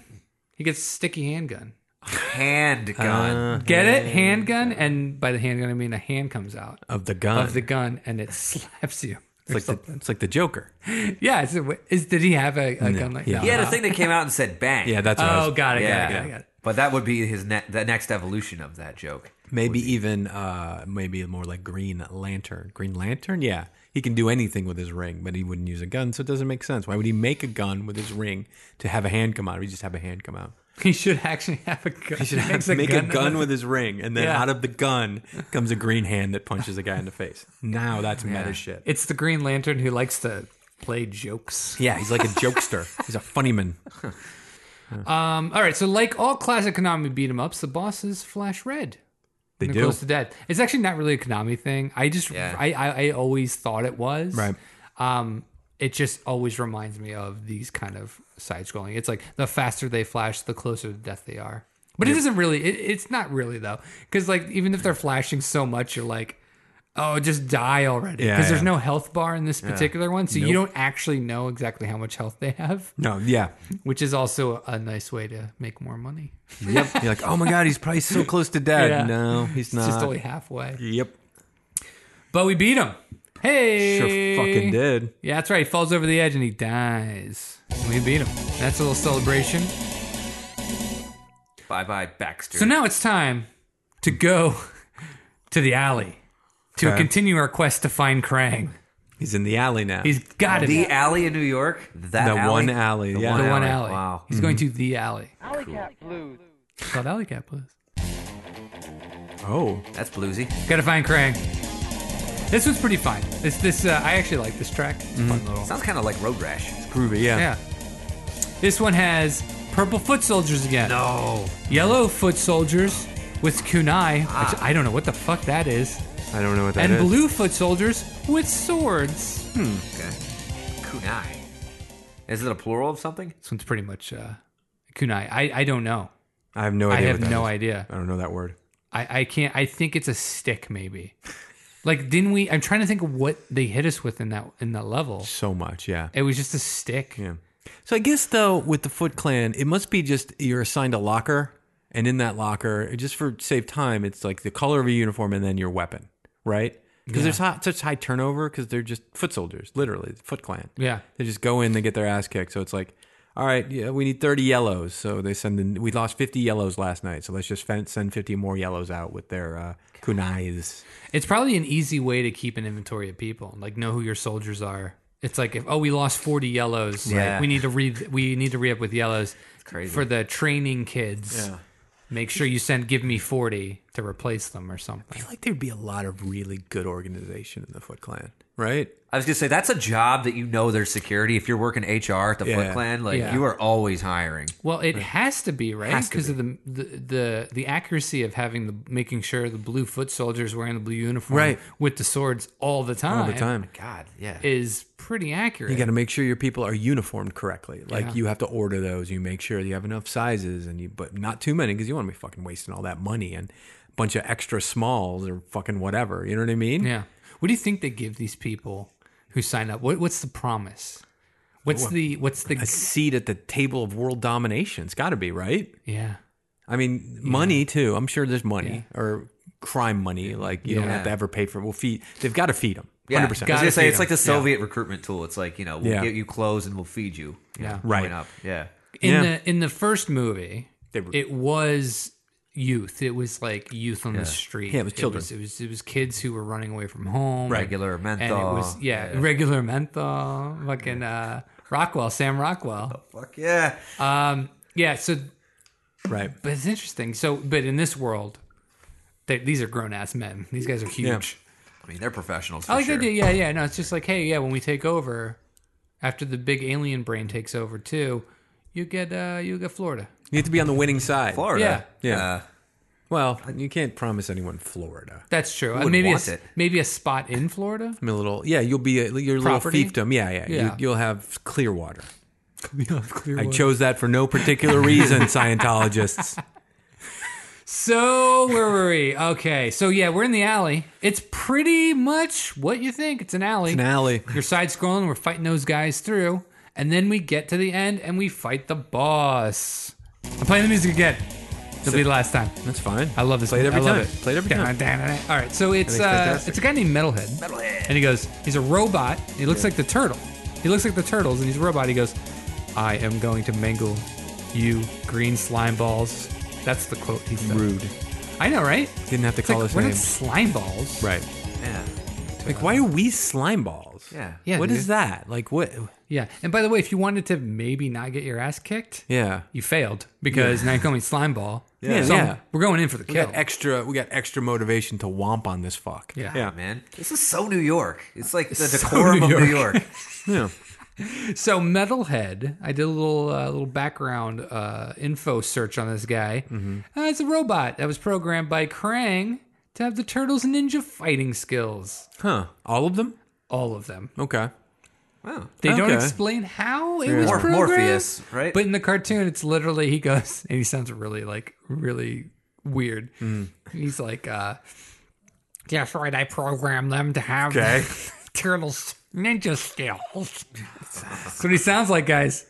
S4: he gets a sticky handgun.
S3: ever. Hand gun.
S4: Get
S1: Oh.
S4: it? Handgun. And by the handgun, I mean a hand comes out
S1: Of the gun.
S4: of the gun and it slaps you. or
S1: it's, like the,
S4: something.
S1: it's like the Joker.
S4: *laughs* yeah. It's a, is, did he have a, a gun like
S1: yeah.
S4: that?
S1: He
S3: he had a thing that came out and said bang.
S1: Yeah, that's what I was-
S4: Oh, got it.
S3: yeah.
S4: Got it. Got it. Got it.
S3: But that would be his ne- the next evolution of that joke.
S1: maybe even uh maybe more like Green Lantern. Green Lantern. Yeah, he can do anything with his ring, but he wouldn't use a gun, so it doesn't make sense. Why would he make a gun with his ring to have a hand come out? He just have a hand come out.
S4: He should actually have a gun. He
S1: should have, make a gun with his ring, and then
S4: Yeah.
S1: out of the gun comes a green hand that punches a guy in the face. Now that's meta shit.
S4: It's the Green Lantern who likes to play jokes.
S1: yeah, he's like a jokester. he's a funny man.
S4: Um, all right, so like all classic Konami beat 'em ups, the bosses flash red.
S1: They
S4: They're
S1: do.
S4: close to death. It's actually not really a Konami thing. I just
S3: Yeah.
S4: I, I I always thought it was.
S1: Right.
S4: Um, it just always reminds me of these kind of side scrolling. It's like the faster they flash, the closer to death they are. But it doesn't really. It, it's not really though, because like even if they're flashing so much, you're like, oh, just die already. Because
S1: Yeah,
S4: there's
S1: yeah.
S4: no health bar in this particular one, so you don't actually know exactly how much health they have, *laughs*
S1: No, yeah,
S4: which is also a nice way to make more money.
S1: yep. You're like, oh my god, he's probably so close to dead.
S4: Yeah.
S1: No, he's
S4: It's
S1: not.
S4: just only halfway.
S1: yep,
S4: But we beat him. Hey,
S1: sure
S4: Eh.
S1: fucking did.
S4: Yeah, that's right. He falls over the edge and he dies. We beat him. That's a little celebration.
S3: Bye bye Baxter.
S4: So now it's time to go *laughs* to the alley to
S1: Okay.
S4: continue our quest to find Krang.
S1: He's in the alley now.
S4: He's got to be
S3: The alley in New York. That
S1: the
S3: alley?
S1: one alley. yeah.
S4: the one alley.
S3: Wow.
S4: He's going to the alley.
S2: Alley Cat Blues.
S4: It's called Alley Cat Blues.
S1: Oh,
S3: That's bluesy.
S4: Gotta find Krang. This one's pretty fine. This this uh, I actually like this track. It's fun little.
S3: Sounds kind of like Road Rash.
S1: it's groovy. Yeah.
S4: Yeah. This one has purple foot soldiers again.
S3: No.
S4: Yellow foot soldiers with kunai, which I don't know what the fuck that is.
S1: I don't know what Ah. that
S4: and
S1: is.
S4: blue foot soldiers with swords.
S3: Okay. Kunai. Is it a plural of something?
S4: This one's pretty much uh, kunai. I, I don't know.
S1: I have no
S4: I
S1: idea.
S4: have
S1: what that
S4: no
S1: is.
S4: idea.
S1: I don't know that word.
S4: I, I can't. I think it's a stick, maybe. Like, didn't we? I'm trying to think of what they hit us with in that in that level.
S1: So much. Yeah.
S4: It was just a stick.
S1: Yeah. So I guess though with the Foot Clan, it must be just you're assigned a locker, and in that locker, just for save time, it's like the color of your uniform and then your weapon, right? Because there's hot, such high turnover because they're just foot soldiers, literally the Foot Clan.
S4: Yeah.
S1: They just go in, they get their ass kicked. So it's like, all right, yeah, we need 30 yellows. So they send in, we lost 50 yellows last night. So let's just fen- send 50 more yellows out with their uh, kunais.
S4: It's probably an easy way to keep an inventory of people. Like, know who your soldiers are. It's like if oh we lost forty yellows, like,
S3: Yeah.
S4: we need to re we need to re up with yellows
S3: crazy.
S4: for the training kids. Yeah. Make sure you send give me forty to replace them or something.
S1: I feel like there'd be a lot of really good organization in the Foot Clan, right?
S3: I was gonna say that's a job that you know there's security. If you're working HR at the
S1: Yeah.
S3: Foot Clan, like
S4: Yeah.
S3: you are always hiring.
S4: Well, it has to be right
S1: Has to
S4: because of the, the the the accuracy of having the making sure the blue foot soldiers wearing the blue uniform
S1: Right.
S4: with the swords all the time
S1: All the time.
S3: God, yeah.
S4: is pretty accurate.
S1: You got to make sure your people are uniformed correctly. Like
S4: Yeah.
S1: you have to order those. You make sure you have enough sizes, and you but not too many because you want to be fucking wasting all that money and a bunch of extra smalls or fucking whatever. You know what I mean?
S4: yeah. What do you think they give these people who sign up? What what's the promise? What's the what's the
S1: A seat at the table of world domination. It's got to be right.
S4: yeah
S1: I mean, money too. I'm sure there's money or crime money. Like you don't
S4: Yeah.
S1: have to ever pay for. Well, feed. They've got to feed them.
S3: Yeah.
S1: Hundred
S3: I
S1: percent.
S3: was
S4: Gotta
S3: gonna
S4: feed
S3: say it's like
S4: 'em.
S3: the Soviet recruitment tool. It's like you know we'll
S1: Yeah.
S3: get you clothes and we'll feed you. you
S4: Yeah.
S3: know,
S1: Right.
S3: growing up. Yeah.
S4: in
S1: Yeah.
S4: the in the first movie
S1: They were-
S4: it was youth. It was like youth on the street.
S1: Yeah, it was children.
S4: It was, it was it was kids who were running away from home.
S1: Right.
S3: Regular
S4: And
S3: menthol.
S4: it was yeah, regular menthol, fucking uh, Rockwell, Sam
S1: Oh.
S4: Rockwell.
S3: Fuck yeah.
S4: Yeah, so
S1: Right.
S4: but it's interesting. So, but in this world, they, these are grown ass men. These guys are huge.
S3: I mean they're professionals. For
S4: I like
S3: sure.
S4: the idea. Oh, Yeah, yeah. No, it's just like, hey, yeah, when we take over, after the big alien brain takes over too, you get uh, you get Florida.
S1: You have to be on the winning side.
S3: Florida.
S1: Yeah. Yeah.
S3: Uh,
S1: Well, you can't promise anyone Florida.
S4: That's true. Uh,
S3: would
S4: maybe a,
S3: want
S4: s-
S3: it?
S4: maybe a spot in
S3: *laughs*
S4: Florida.
S1: I'm a little. Yeah, you'll be a, your
S4: Property?
S1: little fiefdom. Yeah, yeah.
S4: Yeah.
S1: You, you'll have clear water. I
S4: Clearwater.
S1: chose that for no particular
S4: *laughs*
S1: reason, Scientologists.
S4: So where were we? Okay, so yeah, we're in the alley. It's pretty much what you think. It's an alley.
S1: An alley.
S4: You're side scrolling. We're fighting those guys through, and then we get to the end and we fight the boss. I'm playing the music again. It'll be the last time.
S1: That's fine.
S4: I love this.
S1: Played every
S4: I love
S1: time.
S4: It.
S1: Played every time.
S4: All right, so
S1: I
S4: it's
S1: think it's
S4: uh,
S1: fantastic.
S4: it's a guy named Metalhead. Metalhead. And he goes, he's a robot. He looks like the turtle. He looks like the turtles, and he's a robot. He goes, I am going to mangle you, green slime balls. That's the quote he said.
S1: Rude.
S4: I know, right?
S1: Didn't have to
S4: It's
S1: call
S4: like,
S1: us
S4: we're not
S1: names.
S4: slime balls.
S1: Right.
S3: yeah.
S1: Like, why are we slime balls?
S3: Yeah.
S4: Yeah,
S1: What is
S4: dude.
S1: that? Like, what?
S4: Yeah. And by the way, if you wanted to maybe not get your ass kicked,
S1: Yeah.
S4: you failed because now you're calling me slime ball.
S1: Yeah,
S4: So
S1: yeah.
S4: we're going in for the kill.
S1: We got extra. We got extra motivation to womp on this fuck.
S4: Oh. Yeah.
S1: Yeah.
S3: Man, this is so New York. It's like the
S4: So
S3: decorum
S4: New
S3: of New
S4: York.
S3: York.
S4: *laughs*
S1: Yeah.
S4: So Metalhead, I did a little uh, little background uh, info search on this guy. Uh, it's a robot that was programmed by Krang to have the turtles' ninja fighting skills.
S1: Huh. All of them.
S4: All of them.
S1: Okay.
S3: Wow.
S4: They don't
S1: Okay.
S4: explain how it was
S3: Mor-
S4: programmed.
S3: Morpheus, right?
S4: But in the cartoon, it's literally he goes *laughs* and he sounds really like really weird.
S1: Mm.
S4: He's like, uh, "Yes, right. I programmed them to have *laughs*
S1: Okay.
S4: turtles ninja skills." That's what he sounds like, guys.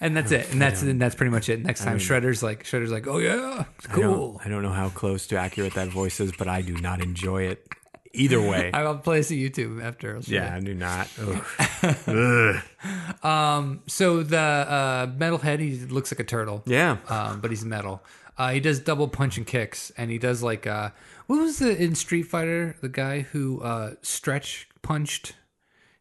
S4: And that's it. And that's and that's pretty much it. Next time, Shredder's like Shredder's like, "Oh yeah, it's
S1: I don't-
S4: cool."
S1: I don't know how close to accurate that voice is, but I do not enjoy it. Either way.
S4: *laughs* I will play this at YouTube after. I'll show
S1: yeah, I do not. Ugh.
S4: So the uh, metalhead, he looks like a turtle. *laughs*
S1: Yeah.
S4: Um, but he's metal. Uh, he does double punch and kicks, and he does like uh, what was the in Street Fighter the guy who uh, stretch punched?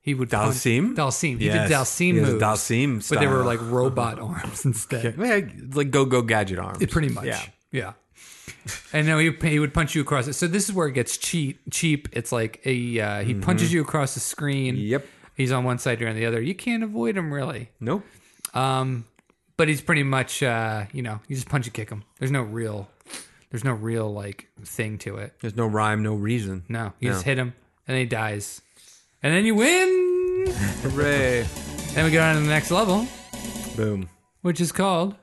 S4: He would
S1: Dalsim?
S4: punch- Dalsim. He
S1: Yes.
S4: did Dalsim
S1: He has a
S4: moves.
S1: Dalsim
S4: but they were
S1: style.
S4: like robot *laughs* arms instead.
S1: Yeah, like go go gadget arms.
S4: It pretty much.
S1: Yeah.
S4: Yeah. And no, he, he would punch you across it. So this is where it gets cheap. Cheap. It's like a uh, he punches you across the screen.
S1: Mm-hmm. Yep.
S4: He's on one side, you're on the other. You can't avoid him really.
S1: Nope.
S4: But he's pretty much uh, you know you just punch and kick him. There's no real, there's no real like thing to it.
S1: There's no rhyme, no reason.
S4: No, you just hit him and then he dies, and then you win.
S1: Hooray.
S4: then we go on to the next level,
S1: Boom.
S4: which is called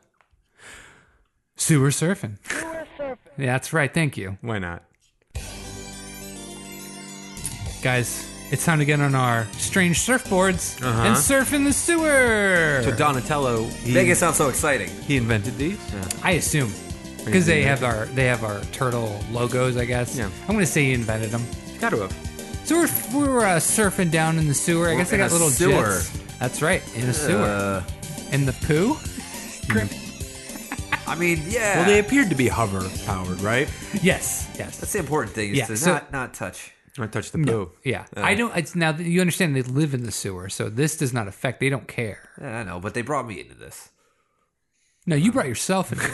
S4: sewer surfing. Sewer surfing. Yeah, that's right. Thank you.
S1: Why not?
S4: Guys, it's time to get on our strange surfboards and surf in the sewer.
S1: Uh-huh. So Donatello, he,
S3: Make it sound so exciting.
S1: he invented these. Yeah.
S4: I assume because they have our they have our turtle logos. I guess.
S1: Yeah.
S4: I'm gonna say he invented them.
S1: Got to have.
S4: So we're, we're uh, surfing down in the sewer. I guess they
S3: in
S4: got
S3: a
S4: little
S3: sewer.
S4: jets. That's right, in a sewer.
S3: Uh,
S4: In the poo. *laughs*
S3: I mean, yeah.
S1: Well, they appeared to be hover powered, right?
S4: Yes. Yes.
S3: That's the important thing is
S4: Yeah,
S3: to
S4: so-
S3: not not touch.
S1: I touched the poo.
S4: Yeah. I don't. It's now that you understand they live in the sewer, so this does not affect. They don't care.
S3: Yeah, I know, but they brought me into this.
S4: No, you brought yourself into. it.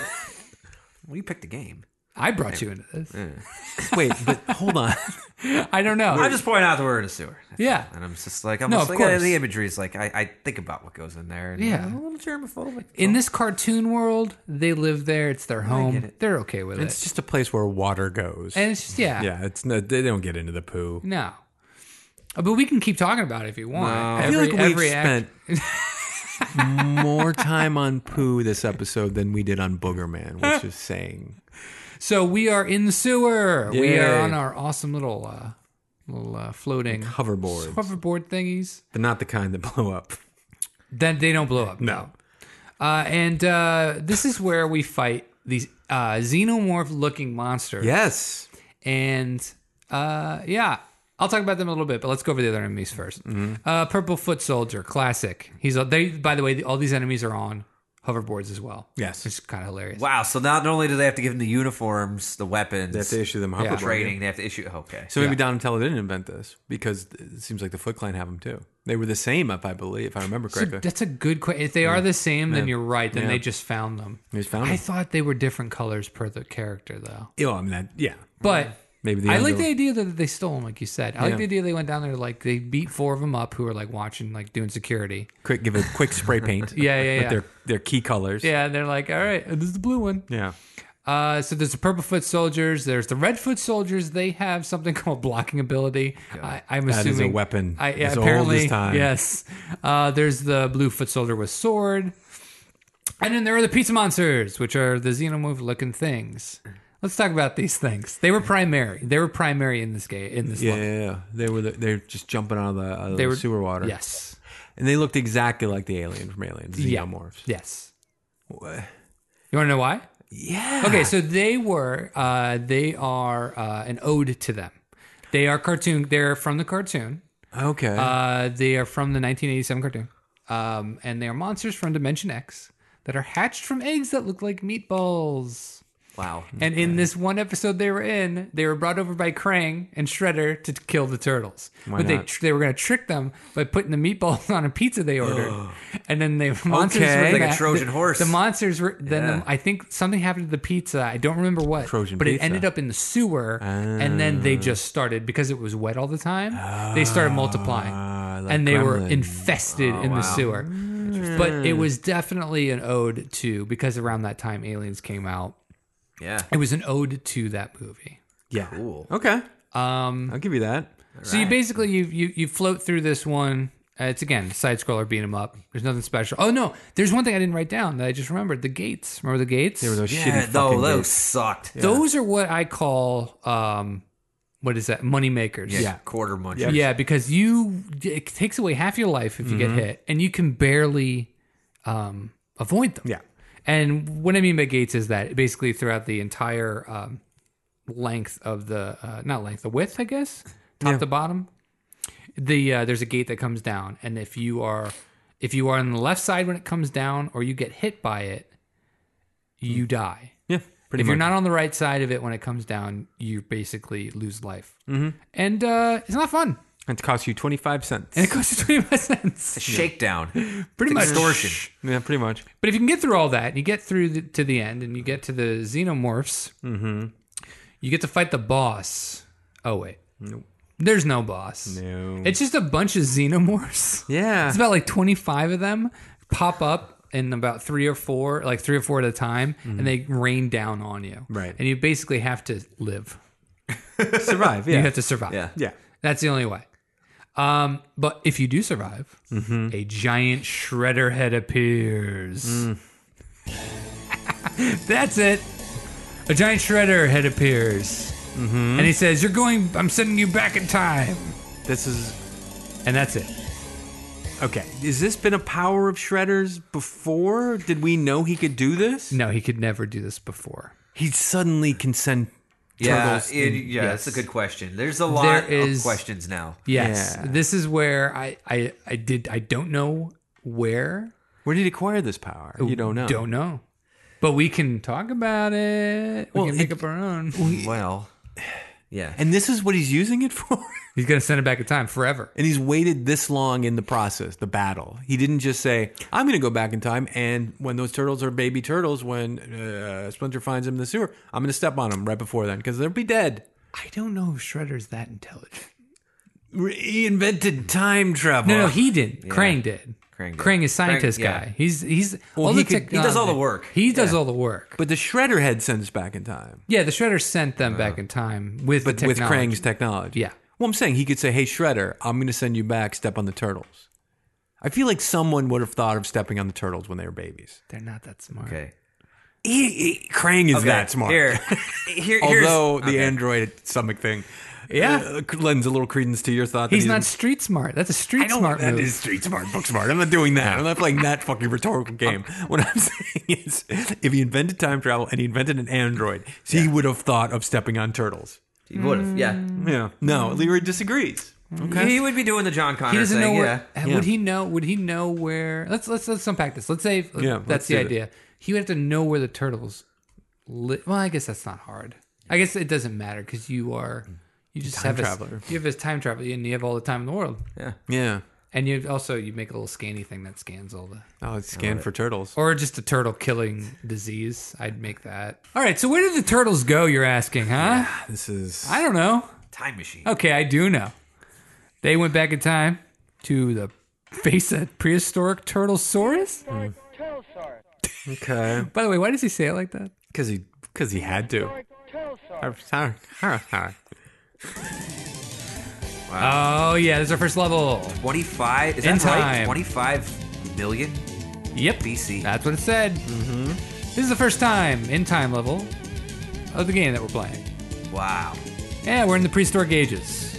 S3: Well, you picked the game.
S4: I brought you into this.
S1: *laughs* Wait, but hold on.
S4: *laughs* I don't know.
S3: I'm just pointing out that we're in a sewer,
S4: yeah.
S3: and I'm just like, I'm
S4: No,
S3: just
S4: of
S3: like, uh,
S4: course.
S3: the imagery is like, I, I think about what goes in there. And
S4: Yeah.
S3: I'm a little germaphobic.
S4: In this cartoon world, they live there. It's their home. They're okay with
S1: It's
S4: it.
S1: just a place where water goes.
S4: And it's just yeah,
S1: yeah, it's no, they don't get into the poo.
S4: no. Uh, But we can keep talking about it if you want.
S1: I feel
S4: Every,
S1: like we've
S4: every act-
S1: spent *laughs* more time on poo this episode than we did on Booger Man, which is saying
S4: So we are in the sewer. We are
S1: Yay.
S4: on our awesome little uh, little uh, floating
S1: hoverboards,
S4: hoverboard thingies.
S1: but not the kind that blow up.
S4: Then they don't blow up.
S1: No.
S4: Uh, and uh, this is where we fight these uh, xenomorph-looking monsters.
S1: Yes.
S4: And uh, yeah, I'll talk about them a little bit, but let's go over the other enemies 1st
S1: Mm-hmm.
S4: Uh, Purple Foot Soldier, classic. He's a- they. By the way, all these enemies are on hoverboards as well.
S1: Yes.
S4: which is kind of hilarious.
S3: Wow. So not only do they have to give them the uniforms, the weapons,
S1: They have to issue them
S4: Yeah.
S1: hoverboard.
S3: training, they have to issue. Okay.
S1: So maybe Donatello didn't invent this because it seems like the Foot Clan have them too. They were the same, if I believe, if I remember
S4: That's a-
S1: correctly.
S4: that's a good question. If they are the same, then you're right. Then
S1: Yeah.
S4: they just found them.
S1: They just found
S4: I
S1: them.
S4: thought they were different colors per the character, though.
S1: Yeah, I mean that. Yeah,
S4: But
S1: maybe the
S4: I like
S1: under-
S4: the idea that they stole them, like you said.
S1: Yeah.
S4: I like the idea they went down there, like they beat four of them up who were like watching, like doing security.
S1: quick give it a quick spray paint.
S4: *laughs* Yeah, yeah,
S1: with
S4: yeah.
S1: Their their key colors.
S4: Yeah, and they're like, all right, this is the blue one.
S1: yeah.
S4: Uh, so there's the purple foot soldiers. There's the red foot soldiers. They have something *laughs* called blocking ability. I, I'm
S1: That is
S4: assuming
S1: a weapon
S4: I, yeah,
S1: as old as
S4: apparently,
S1: time.
S4: Yes. Uh, there's the blue foot soldier with sword, and then there are the pizza monsters, which are the xenomorph looking things. Let's talk about these things. They were primary. They were primary in this game. In this
S1: Yeah,
S4: level.
S1: yeah, yeah. they were the, they're just jumping out of the, out of
S4: They
S1: the
S4: were
S1: sewer water.
S4: Yes.
S1: and they looked exactly like the alien from Aliens,
S4: Yeah.
S1: xenomorphs.
S4: Yes.
S1: Wha-
S4: You want to know why?
S1: Yeah.
S4: Okay, so they were, uh, they are uh, an ode to them. They are cartoon. They're from the cartoon.
S1: Okay.
S4: Uh, they are from the 1987 cartoon, um, and they are monsters from Dimension X that are hatched from eggs that look like meatballs.
S3: Wow.
S4: And in this one episode they were in, they were brought over by Krang and Shredder to t- kill the turtles. but they
S1: not?
S4: tr- they were going to trick them by putting the meatballs *laughs* on a pizza they ordered, and then the monsters
S1: Okay.
S4: were
S1: Like a
S4: mad-
S3: Trojan
S4: the-
S3: horse.
S4: The monsters were then the-
S3: Yeah.
S4: I think something happened to the pizza. I don't remember what.
S1: Trojan
S4: but it
S1: pizza. Ah.
S4: ended up in the sewer, and then they just started because it was wet all the time. they started multiplying,
S1: Ah, like Oh,
S4: and they were
S1: gremlin.
S4: infested in the sewer. But it was definitely an ode to because around that time Aliens came out.
S3: Yeah. Oh,
S4: It was an ode to that movie.
S1: yeah.
S3: Cool.
S1: Okay. Um, I'll give you that.
S4: So you basically you you you float through this one. Uh, it's again side scroller beat 'em up. There's nothing special. Oh no, there's one thing I didn't write down that I just remembered. The gates. Remember the gates?
S1: There were those
S3: Yeah.
S1: shitty
S3: Though
S1: fucking
S3: those
S1: gates.
S3: sucked.
S4: Those are what I call um, what is that? Money makers.
S1: Yeah.
S3: Quarter munch.
S4: Yeah, because you it takes away half your life if you
S1: Mm-hmm.
S4: get hit, and you can barely um, avoid them.
S1: Yeah.
S4: And what I mean by gates is that basically throughout the entire um, length of the uh, not length the width, I guess, top to bottom, the uh, there's a gate that comes down, and if you are if you are on the left side when it comes down, or you get hit by it,
S3: Hmm.
S4: you die
S1: Yeah. Pretty
S4: if
S1: much.
S4: you're not on the right side of it when it comes down, you basically lose life. Mm-hmm. And uh, it's not fun.
S1: It costs you 25 cents.
S4: and it costs you 25 cents.
S3: It's a *laughs* shakedown. *laughs*
S4: Pretty
S3: It's
S4: much.
S3: extortion.
S1: yeah, pretty much.
S4: But if you can get through all that, and you get through the, to the end, and you get to the xenomorphs,
S1: Mm-hmm.
S4: you get to fight the boss. Oh wait,
S1: Nope.
S4: there's no boss.
S1: No.
S4: It's just a bunch of xenomorphs.
S1: *laughs* Yeah.
S4: It's about like 25 of them pop up in about three or four, like three or four at a time, and they rain down on you.
S1: Mm-hmm. Right.
S4: And you basically have to live.
S1: survive. Yeah.
S4: You have to survive.
S3: Yeah.
S1: yeah.
S4: That's the only way. Um, but if you do survive,
S1: Mm-hmm.
S4: a giant shredder head appears.
S1: Mm.
S4: *laughs* That's it. A giant shredder head appears.
S1: Mm-hmm.
S4: And he says, You're going, I'm sending you back in time.
S1: This is
S4: And that's it.
S1: okay. Has this been a power of shredders before? Did we know he could do this?
S4: No, he could never do this before.
S1: He suddenly can send
S3: Yeah,
S1: turtles.
S3: it,
S1: in-
S3: yeah,
S4: yes.
S3: that's a good question. There's a lot
S4: There is-
S3: of questions now.
S4: Yes.
S1: Yeah.
S4: This is where I, I I did I don't know where.
S1: Where did he acquire this power? You don't know.
S4: Don't know. But we can talk about it. We
S1: Well,
S4: can make
S1: it-
S4: up our own.
S3: Well, yeah.
S1: And this is what he's using it for. *laughs*
S4: He's gonna send it back in time forever.
S1: and he's waited this long in the process, the battle. He didn't just say, "I'm going to go back in time." And when those turtles are baby turtles, when uh, Splinter finds them in the sewer, I'm going to step on them right before then because they'll be dead.
S4: I don't know if Shredder's that intelligent.
S1: He invented time travel.
S4: No, no, he didn't. Krang did.
S3: Krang did.
S4: Krang is scientist
S3: Krang- yeah.
S4: guy. He's he's all
S1: he
S4: the
S1: could-
S4: technology.
S1: he
S3: does all the work.
S4: He does all the work.
S1: but the Shredder head sends us back in time
S4: yeah, the Shredder sent them
S3: Uh-huh.
S4: back in time with the
S1: with
S4: technology.
S1: Krang's technology.
S4: Yeah.
S1: Well, I'm saying he could say, "Hey, Shredder, I'm going to send you back. Step on the turtles." I feel like someone would have thought of stepping on the turtles when they were babies.
S4: They're not that smart.
S3: Okay.
S1: He, he- Krang is
S3: Okay,
S1: that smart. *laughs*
S3: Here, here, here's,
S1: Although the
S3: okay.
S1: android stomach thing,
S4: Yeah.
S1: uh, lends a little credence to your thought.
S4: He's
S1: that
S4: not street smart. That's a street
S1: I don't-
S4: smart
S1: that
S4: move.
S1: is street smart, book smart. I'm not doing that. I'm not playing that fucking rhetorical game. What I'm saying is, if he invented time travel and he invented an android, he would have thought of stepping on turtles.
S3: He would have, yeah.
S1: Yeah. No, Leroy disagrees.
S3: He would be doing the John Connor
S4: he doesn't
S3: thing,
S4: know
S3: yeah.
S4: where.
S1: Yeah.
S4: Would he know? Would he know where? Let's let's let's unpack this. Let's say
S1: Yeah, let's
S4: that's the
S1: do it.
S4: idea. He would have to know where the turtles. Li- well, I guess that's not hard. I guess it doesn't matter because you are you just
S1: Time
S4: have a s-
S1: traveler.
S4: you have this time travel and you have all the time in the world.
S1: Yeah.
S4: And you also you make a little scanny thing that scans all the
S1: Oh, it's scanned for turtles.
S4: or just a turtle killing disease. I'd make that. All right. So where did the turtles go? You're asking, huh?
S1: This is
S4: I don't know.
S3: Time machine.
S4: Okay, I do know. They went back in time to the face of prehistoric turtlesaurus.
S1: okay
S4: By the way, why does he say it like that?
S1: because he because he had to. I'm sorry.
S4: Oh yeah, this is our first level.
S3: 25, is
S4: In
S3: that right?
S4: time.
S3: 25 million
S4: Yep,
S3: BC.
S4: that's what it said. Mm-hmm. This is the first time in time level of the game that we're playing.
S3: Wow.
S4: Yeah, we're in the prehistoric ages.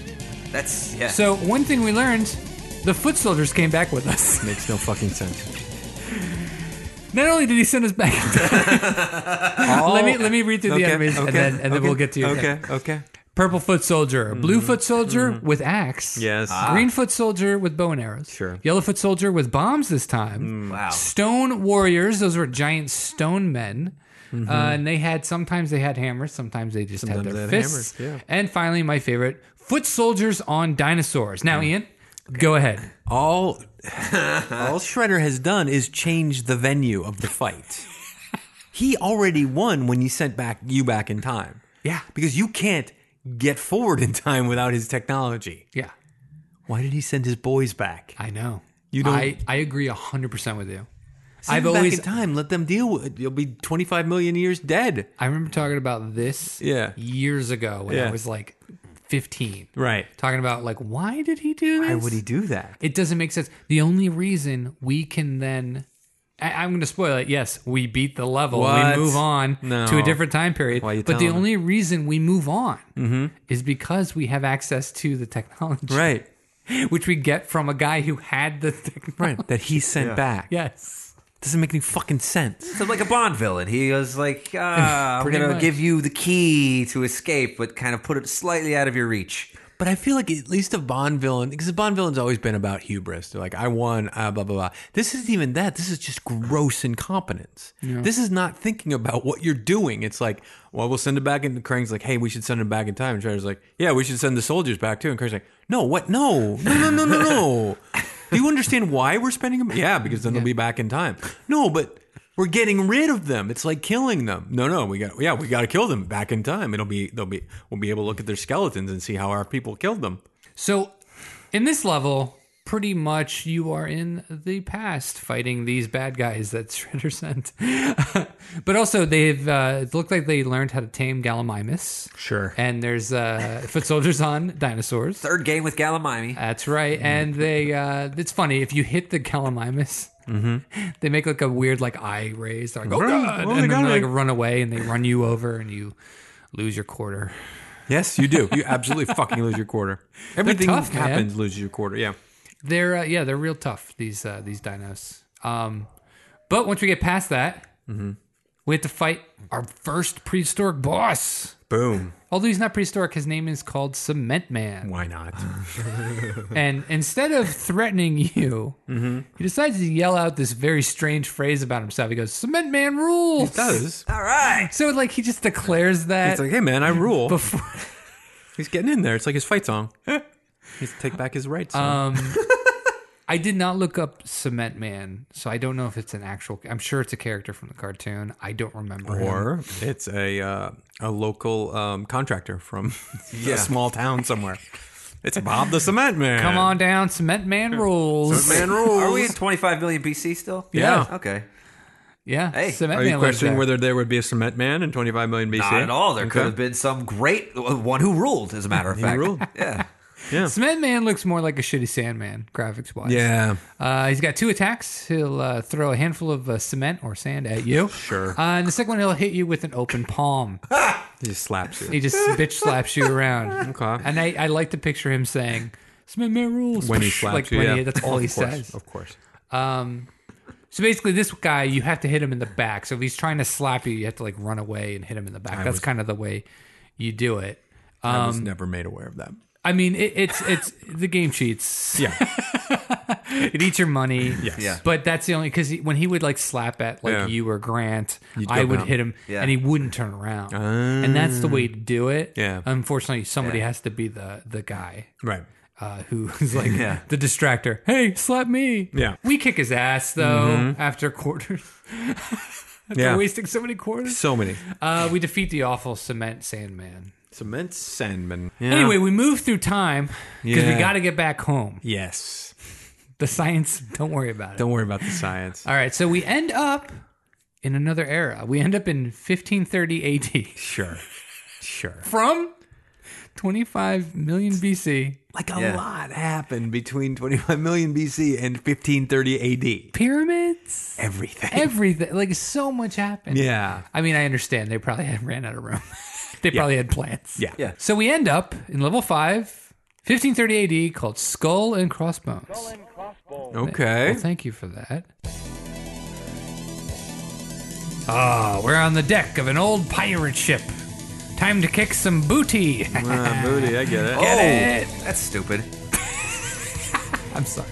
S3: That's, yeah.
S4: So one thing we learned: the foot soldiers came back with us. *laughs*
S1: Makes no fucking sense.
S4: Not only did he send us back,
S1: *laughs*
S4: let me let me read through
S1: Oh. Okay,
S4: the enemies
S1: okay,
S4: and then and then
S1: okay,
S4: we'll get to you.
S1: Okay. Okay.
S4: Purple foot soldier, blue foot soldier with axe.
S1: Mm-hmm. Yes.
S4: Green foot soldier with bow and arrows.
S1: Sure. Mm,
S4: Yellow foot soldier with bombs this time.
S3: Wow.
S4: Stone warriors. Those were giant stone men. Uh, and they had sometimes they had hammers, sometimes they just
S1: Mm-hmm. Sometimes
S4: had their
S1: they had
S4: fists.
S1: hammers, yeah.
S4: And finally, my favorite, foot soldiers on dinosaurs.
S1: Mm.
S4: Now, Ian, go ahead.
S1: *laughs* all all Shredder has done is change the venue of the fight. he already won when he sent back you back in time.
S4: Yeah.
S1: Because you can't get forward in time without his technology.
S4: Yeah,
S1: Why did he send his boys back?
S4: I know.
S1: You don't-
S4: I, I agree hundred percent with you.
S1: Send
S4: I've
S1: them back
S4: always
S1: in time, let them deal with it. You'll be 25 million years dead.
S4: I remember talking about this
S1: Yeah.
S4: years ago when
S1: Yeah.
S4: I was like 15.
S1: Right.
S4: Talking about like why did he do this?
S1: Why would he do that?
S4: It doesn't make sense. The only reason we can then I, I'm going to spoil it. Yes, we beat the level.
S1: What?
S4: We move on
S1: No.
S4: to a different time period.
S1: Why you
S4: but the
S1: telling Mm-hmm.
S4: only reason we move on is because we have access to the technology,
S1: Right.
S4: *laughs* which we get from a guy who had the technology. *laughs*
S1: Right. That *laughs* he sent back.
S4: Yes.
S1: Doesn't make any fucking sense.
S3: So like a Bond villain, he was *laughs* like, ah, "We're
S4: Pretty
S3: gonna
S4: much.
S3: give you the key to escape, but kind of put it slightly out of your reach."
S1: But I feel like at least a Bond villain, because the Bond villain's always been about hubris. They're like, I won, ah, blah, blah, blah. This isn't even that. This is just gross incompetence. This is not thinking about what you're doing. It's like, well, we'll send it back. And Krang's like, hey, we should send it back in time. And Shredder's like, yeah, we should send the soldiers back too. And Krang's like, no, what? No, no, no, no, no, *laughs* no. Do you understand why we're spending them? Yeah, because then they'll be back in time. No, but we're getting rid of them. It's like killing them. No, no, we got yeah, we got to kill them back in time. It'll be they'll be we'll be able to look at their skeletons and see how our people killed them.
S4: So, in this level, pretty much you are in the past fighting these bad guys that Shredder *laughs* sent. but also, they've uh, it looked like they learned how to tame Gallimimus.
S1: Sure.
S4: And there's uh, foot soldiers on dinosaurs.
S3: Third game with Gallimimi.
S4: That's right. And they, uh, it's funny if you hit the Gallimimus. *laughs* They make like a weird like eye raise. They're like, oh
S1: Mm-hmm. Right.
S4: god,
S1: Oh, they
S4: and then
S1: got
S4: they like
S1: it.
S4: run away and they run you over and you lose your quarter.
S1: Yes, you do. You absolutely fucking lose your *laughs* quarter. Everything
S4: tough, man.
S1: happens loses your quarter. Yeah.
S4: They're uh, yeah, they're real tough. These uh, these dinos. Um, but once we get past that,
S1: Mm-hmm.
S4: we have to fight our first prehistoric boss.
S1: Boom.
S4: Although he's not prehistoric, his name is called Cement Man.
S1: Why *sighs* not?
S4: And instead of threatening you,
S1: Mm-hmm.
S4: he decides to yell out this very strange phrase about himself. He goes, "Cement Man rules."
S1: It does.
S3: All right.
S4: So like he just declares that.
S1: It's like, hey man, I rule.
S4: before, *laughs*
S1: He's getting in there. It's like his fight *laughs* song. He's take back his rights. song.
S4: I did not look up Cement Man, so I don't know if it's an actual. I'm sure it's a character from the cartoon. I don't remember. him.
S1: or it's a uh, a local um, contractor from *laughs* a small town somewhere. It's Bob the Cement Man.
S4: Come on down, Cement Man rules.
S3: *laughs*
S1: man rules.
S3: Are we in 25 million BC still?
S1: Yeah.
S3: Okay.
S4: Yeah,
S3: Hey,
S4: Cement
S1: Are you
S4: Man lives
S1: questioning
S4: there.
S1: whether there would be a cement man in 25 million BC?
S3: Not at all. There
S1: Okay.
S3: could have been some great uh, one who ruled, as a matter of
S1: He
S3: fact.
S1: ruled.
S3: *laughs* Yeah.
S4: Cement Man looks more like a shitty Sandman graphics wise.
S1: Yeah.
S4: uh, he's got two attacks. He'll uh, throw a handful of uh, cement or sand at you.
S1: Sure.
S4: Uh, and the second one, he'll hit you with an open palm.
S1: He just slaps you. *laughs*
S4: He just bitch slaps you around.
S1: Okay.
S4: And I, I like to picture him saying, "Cement Man rules."
S1: When
S4: *laughs*
S1: he slaps
S4: like
S1: you.
S4: when
S1: yeah.
S4: he, that's all
S1: Of
S4: he
S1: course,
S4: says.
S1: Of course.
S4: So basically, this guy, you have to hit him in the back. So if he's trying to slap you, you have to like run away and hit him in the back. That's
S1: was-
S4: kind of the way you do it.
S1: I
S4: Um,
S1: was never made aware of that.
S4: I mean, it, it's it's the game cheats.
S1: Yeah.
S4: *laughs* It eats your money.
S1: Yes.
S3: Yeah.
S4: But that's the only because when he would like slap at like
S1: Yeah.
S4: you or Grant,
S1: You'd
S4: I
S1: go
S4: would
S1: down.
S4: hit him,
S3: Yeah.
S4: and he wouldn't turn around. and that's the way to do it.
S1: Yeah.
S4: Unfortunately, somebody has to be the the guy
S1: Right.
S4: uh, who's like
S3: Yeah.
S4: the distractor. Hey, slap me.
S1: Yeah. Mm-hmm.
S4: We kick his ass though after quarters. *laughs* after
S1: Yeah.
S4: wasting so many quarters.
S1: So many.
S4: Uh, we defeat the awful cement Sandman.
S1: Cement Sandman. Yeah.
S4: Anyway, we move through time because we
S1: Yeah.
S4: got to get back home.
S1: Yes.
S4: The science, *laughs* don't worry about it.
S1: Don't worry about the
S4: *laughs*
S1: science.
S4: All right, so we end up in another era. We end up in 1530 AD
S1: Sure. Sure.
S4: from 25 million BC.
S1: Like a
S3: Yeah.
S1: lot happened between 25 million BC and 1530 AD.
S4: Pyramids,
S1: Everything.
S4: everything, like so much happened.
S1: yeah.
S4: I mean, I understand they probably had ran out of room. *laughs* they probably had plans.
S1: Yeah.
S3: Yeah.
S4: So we end up in level 5, 1530 AD called Skull and Crossbones.
S1: Okay.
S4: Well, thank you for that. Ah, we're on the deck of an old pirate ship. Time to kick some booty. *laughs*
S1: Ah, booty, I get it.
S3: oh,
S4: it.
S3: that's stupid.
S4: I'm sorry.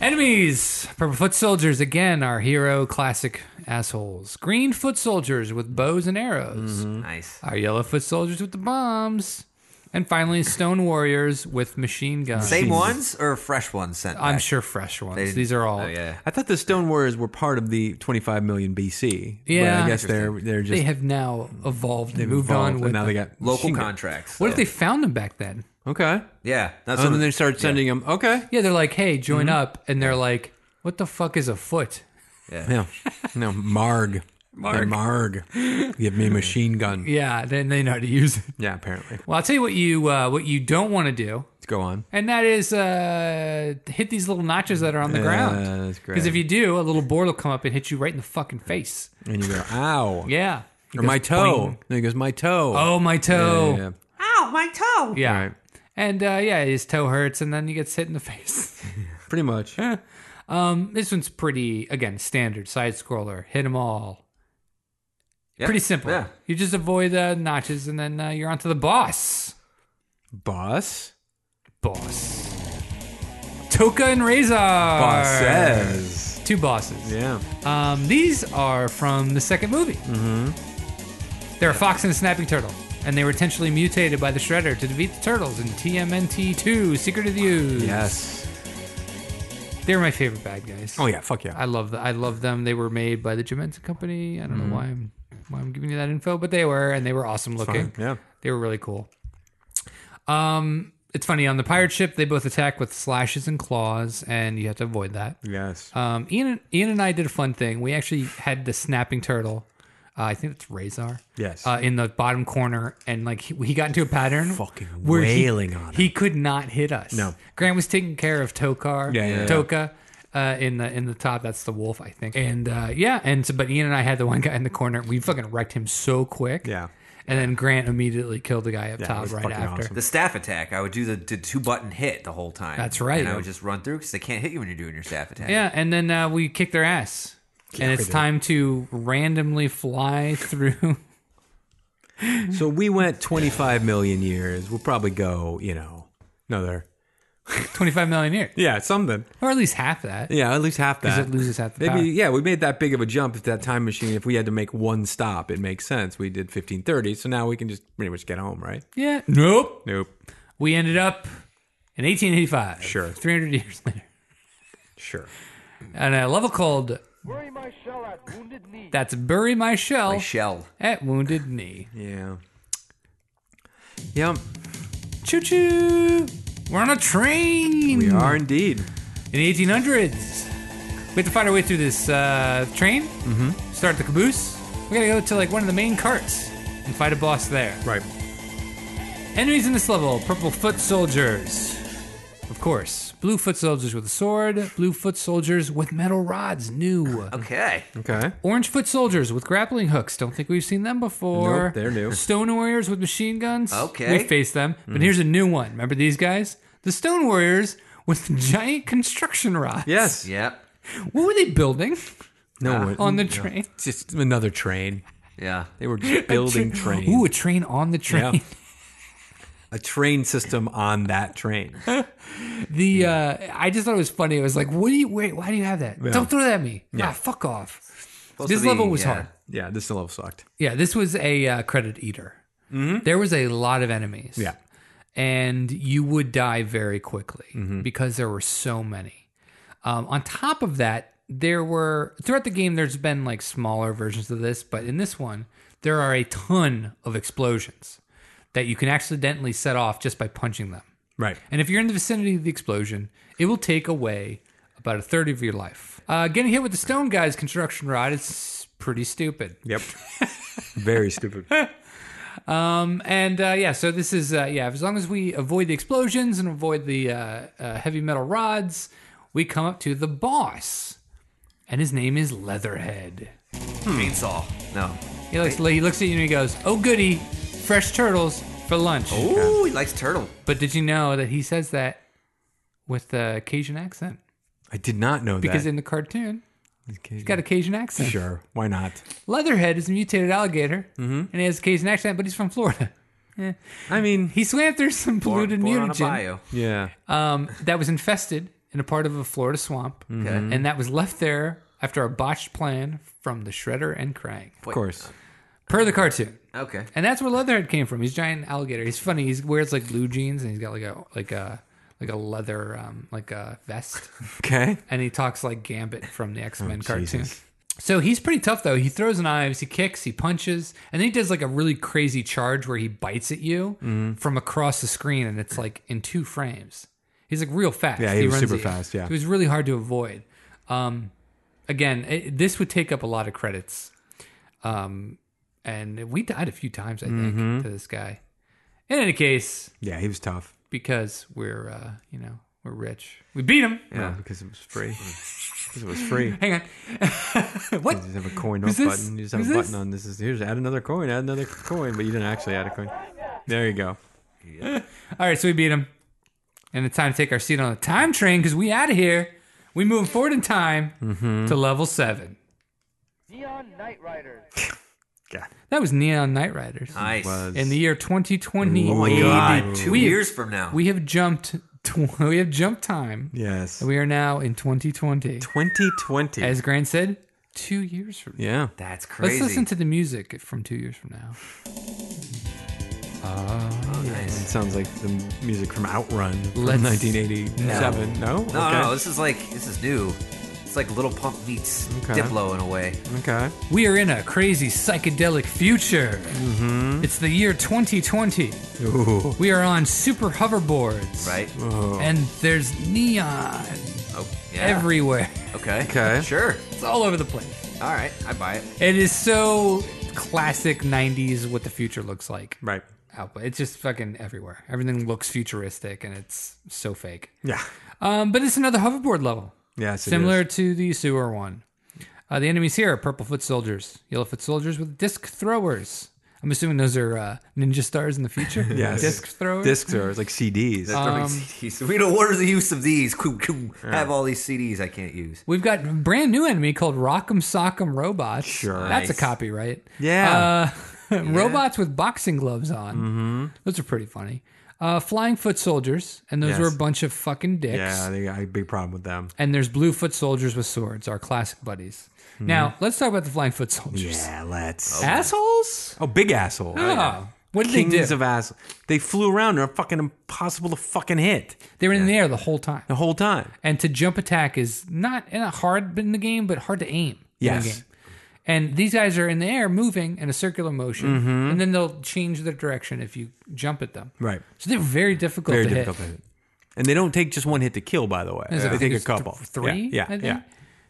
S4: Enemies! Purple foot soldiers again, our hero classic assholes. Green foot soldiers with bows and arrows.
S1: Mm-hmm.
S3: Nice.
S4: Our yellow foot soldiers with the bombs. And finally, stone warriors with machine guns.
S3: Same ones or fresh ones sent?
S4: I'm
S3: back?
S4: sure fresh
S3: They
S4: ones.
S3: didn't-
S4: These are all.
S3: Oh, yeah.
S1: I thought the Stone Warriors were part of the 25 million BC.
S4: Yeah.
S1: but I guess they're they're just
S4: They have now evolved and
S1: they've
S4: moved
S1: evolved,
S4: on
S1: and
S4: with
S1: now
S4: the-
S1: they got
S3: Local
S1: machine gun-
S3: contracts.
S4: What if
S3: so-
S4: they found them back then?
S1: Okay,
S3: Yeah, that's
S1: and
S3: what
S1: then they started sending them. Okay,
S4: Yeah, they're like, hey, join
S1: Mm-hmm.
S4: up. And they're like, what the fuck is a foot?
S1: yeah,
S4: *laughs*
S1: no Marg, Marg, Marg, give me a machine gun. Yeah,
S4: Yeah, then they know how to use it.
S1: apparently.
S4: Well, I'll tell you what you uh, what you don't want to do,
S1: Let's go on.
S4: and that is uh, hit these little notches that are on the
S1: Yeah,
S4: ground.
S1: that's great.
S4: Because if you do, a little board will come up and hit you right in the fucking face.
S1: And you
S4: *laughs*
S1: go, ow,
S4: Yeah. He
S1: or
S4: goes,
S1: my toe.
S4: "Boing."
S1: And he goes, my toe.
S4: Oh, my toe.
S1: Yeah,
S4: Yeah.
S1: yeah, Right.
S4: And uh, yeah, his toe hurts, and then he gets hit in the *laughs* face.
S1: yeah. pretty much.
S4: This one's pretty again standard side scroller. Hit them all.
S3: Yeah.
S4: Pretty simple.
S3: Yeah.
S4: You just avoid the notches, and then uh, you're onto the boss.
S1: Boss.
S4: Boss. Toka and Razor. Boss
S1: Bosses.
S4: Two bosses.
S1: Yeah.
S4: Um, these are from the second movie. Mm-hmm. They're a fox and a snapping turtle, and they were intentionally mutated by the Shredder to defeat the turtles in TMNT 2 Secret of the Ooze.
S1: Yes.
S4: They're my favorite bad guys.
S1: Oh yeah. Fuck yeah.
S4: I love th- I love them. They were made by the Gementa Company. I don't
S1: Mm-hmm.
S4: know why I'm why I'm giving you that info, but they were, and they were awesome looking.
S1: Yeah.
S4: They were really cool. Um, it's funny on the pirate ship they both attack with slashes and claws, and you have to avoid that.
S1: Yes.
S4: Um, Ian and, Ian and I did a fun thing. We actually had the snapping turtle. Uh, I think it's Razor.
S1: Yes.
S4: Uh, in the bottom corner, and like he, he got into a pattern,
S1: Fucking
S4: he-
S1: wailing on him.
S4: He could not hit us.
S1: No.
S4: Grant was taking care of Tokar.
S1: Yeah, yeah, yeah.
S4: Toka. Uh, in the in the top, that's the wolf, I think, and uh, yeah, and so, but Ian and I had the one guy in the corner. We fucking wrecked him so quick,
S1: Yeah.
S4: And then Grant immediately killed the guy up
S1: it
S4: top
S1: was
S4: right
S1: fucking
S4: after.
S1: awesome.
S3: The staff attack, I would do the, the two button hit the whole time.
S4: That's right.
S3: And I would just run through because they can't hit you when you're doing your staff attack.
S4: Yeah, and then uh, we kick their ass. and it's time to randomly fly *laughs* through.
S1: So we went 25 million years. We'll probably go, you know, another.
S4: 25 million years,
S1: Yeah, something.
S4: or at least half that.
S1: Yeah, at least half that.
S4: 'Cause it loses half the
S1: Maybe,
S4: power.
S1: yeah, we made that big of a jump at that time machine. If we had to make one stop, it makes sense. We did 1530, so now we can just pretty much get home, right?
S4: Yeah. Nope.
S1: Nope.
S4: We ended up in 1885.
S1: Sure.
S4: 300 years later.
S1: Sure.
S4: And a level called
S5: Bury my shell at wounded knee.
S4: That's Bury My Shell
S3: My shell.
S4: at Wounded Knee.
S1: Yeah. Yep.
S4: Choo choo. We're on a train.
S1: We are indeed.
S4: In the 1800s. We have to find our way through this uh, train, mm-hmm. start the caboose. We gotta go to like one of the main carts and fight a boss there.
S1: Right.
S4: Enemies in this level purple foot soldiers. Of course. Blue foot soldiers with a sword. Blue foot soldiers with metal rods. New.
S3: Okay.
S1: Okay.
S4: Orange foot soldiers with grappling hooks. Don't think we've seen them before.
S1: Nope, they're new. Hmm.
S4: Stone warriors with machine guns.
S3: Okay.
S4: We faced them. But here's a new one. Remember these guys? The stone warriors with *laughs* giant construction rods.
S1: Yes.
S3: Yep.
S4: What were they building
S1: No. uh, it-
S4: *laughs* on the train?
S1: it's just another train.
S3: Yeah.
S1: They were
S4: *laughs*
S1: just building trains.
S4: Ooh, a train on the train.
S1: Yeah. a train system on that train.
S4: *laughs* The uh, I just thought it was funny. It was like, what do you wait? Why do you have that? Don't throw that at me. Yeah, fuck off.
S3: Supposed
S4: this
S3: to be-
S4: level was
S3: yeah.
S4: hard.
S1: Yeah, this level sucked.
S4: Yeah, this was a uh, credit eater.
S3: Mm-hmm.
S4: There was a lot of enemies.
S1: Yeah.
S4: and you would die very quickly
S3: Mm-hmm.
S4: because there were so many. Um, on top of that, there were throughout the game. There's been like smaller versions of this, but in this one, there are a ton of explosions that you can accidentally set off just by punching them.
S1: Right.
S4: And if you're in the vicinity of the explosion, it will take away about a third of your life. Uh, getting hit with the stone guy's construction rod is pretty stupid. *laughs*
S1: Yep. Very stupid.
S4: And uh, yeah, so this is uh, yeah. As long as we avoid the explosions and avoid the uh, uh, heavy metal rods, we come up to the boss, and his name is Leatherhead.
S3: Chainsaw. No.
S4: He looks he looks at you and he goes, "Oh goody, fresh turtles for lunch."
S3: Ooh, he likes turtle.
S4: But did you know that he says that with the Cajun accent?
S1: I did not know
S4: Because
S1: that.
S4: in the cartoon,
S1: Because
S4: he's got a Cajun
S1: *laughs*
S4: accent.
S1: sure. Why not?
S4: Leatherhead is a mutated alligator,
S3: Mm-hmm.
S4: and he has a Cajun accent, but he's from Florida. *laughs*
S1: I mean,
S4: He swam through some
S3: Born,
S4: polluted
S3: born on a
S4: mutagen.
S3: bio.
S1: yeah.
S4: um, that was infested in a part of a Florida swamp, and that was left there after a botched plan from the Shredder and Krang,
S1: of course.
S4: per the cartoon.
S3: Okay.
S4: And that's where Leatherhead came from. He's a giant alligator. He's funny. He wears like blue jeans, and he's got like a like a like a leather um, like a vest,
S3: *laughs*
S1: Okay.
S4: and he talks like Gambit from the X Men cartoon.
S1: Oh, Jesus.
S4: So he's pretty tough though. He throws knives, he kicks, he punches, and then he does like a really crazy charge where he bites at you
S1: Mm-hmm.
S4: from across the screen, and it's like in two frames. He's like real fast.
S1: Yeah, he was
S4: runs
S1: super
S4: at you.
S1: fast, yeah.
S4: it was really hard to avoid. Um, again, it, this would take up a lot of credits. Um, and we died a few times, I think,
S1: Mm-hmm.
S4: to this guy. In any case,
S1: Yeah, he was tough.
S4: because we're uh, you know we're rich, we beat him.
S1: Yeah, because it was free. because it was free.
S4: Hang on, *laughs* what?
S1: You just have a coin up
S4: Who's this?
S1: button. You just have
S4: Who's
S1: a
S4: this?
S1: button on this. Is here's add another coin, add another coin, but you didn't actually add a coin. There you go.
S4: All right, so we beat him. And it's time to take our seat on the time train because we out of here. We move
S3: Mm-hmm.
S4: forward in time to level seven.
S5: Neon Night Riders.
S1: God.
S4: That was Neon Night Riders.
S3: Nice.
S1: Was-
S4: In the year 2020.
S3: Oh my god! Two
S4: We-
S3: years from now,
S4: We have jumped. Tw- *laughs* we have jumped time.
S1: Yes.
S4: And we are now in 2020.
S1: 2020.
S4: As Grant said, two years from now.
S1: yeah.
S3: that's
S4: Let's
S3: crazy.
S4: listen to the music from two years from now.
S3: Oh, nice.
S1: It sounds like the music from Outrun from
S4: Let's-
S1: 1987. No?
S3: No,
S1: okay.
S3: no, this is like this is new. It's like Little Pump meets
S1: Okay.
S3: Diplo in a way.
S1: okay.
S4: We are in a crazy psychedelic future.
S3: Mm-hmm.
S4: It's the year 2020.
S1: Ooh.
S4: We are on super hoverboards.
S3: Right?
S1: Oh.
S4: And there's neon
S3: Oh, yeah.
S4: everywhere. *laughs*
S3: Okay.
S1: Okay.
S3: Sure.
S4: It's all over the place.
S3: All right. I buy it.
S4: It is so classic 90s what the future looks like.
S1: Right.
S4: Output. It's just fucking everywhere. Everything looks futuristic and it's so fake.
S1: Yeah.
S4: Um, but it's another hoverboard level.
S1: Yes. it
S4: Similar
S1: is.
S4: to the sewer one. Uh, the enemies here are purple foot soldiers, yellow foot soldiers with disc throwers. I'm assuming those are uh, ninja stars in the future.
S1: *laughs* Yes.
S4: Disc throwers.
S1: Disc throwers, like CDs.
S4: Um,
S3: Throwing CDs. *laughs* We don't order the use of these. Coo, coo. Have all these CDs I can't use.
S4: We've got a brand new enemy called Rock'em Sock'em Robots.
S1: Sure.
S4: That's a
S3: Nice.
S4: copyright.
S1: Yeah.
S4: Uh, *laughs* robots with boxing gloves on. Mm-hmm. Those are pretty funny. Uh, flying foot soldiers, and those
S1: Yes.
S4: were a bunch of fucking dicks.
S1: yeah, they got a big problem with them.
S4: And there's blue foot soldiers with swords, our classic buddies. Now, let's talk about the flying foot soldiers.
S1: Mm-hmm. Yeah, let's.
S4: Assholes?
S1: Oh, big asshole.
S4: Oh, What did
S1: Kings
S4: they do?
S1: of ass. They flew around. They're fucking impossible to fucking hit
S4: they were in the air the whole time.
S1: the whole time.
S4: And to jump attack is not not hard in the game, but hard to aim. In the
S1: Yes.
S4: game. And these guys are in the air moving in a circular motion, and then they'll change their direction if you jump at them.
S1: Mm-hmm. Right.
S4: So they're very difficult
S1: Very
S4: to
S1: difficult to
S4: hit.
S1: hit. And they don't take just one hit to kill, by the way.
S4: There's, I
S1: They take
S4: think
S1: a
S4: it's
S1: couple.
S4: th- three,
S1: Yeah. Yeah.
S4: I think.
S1: yeah.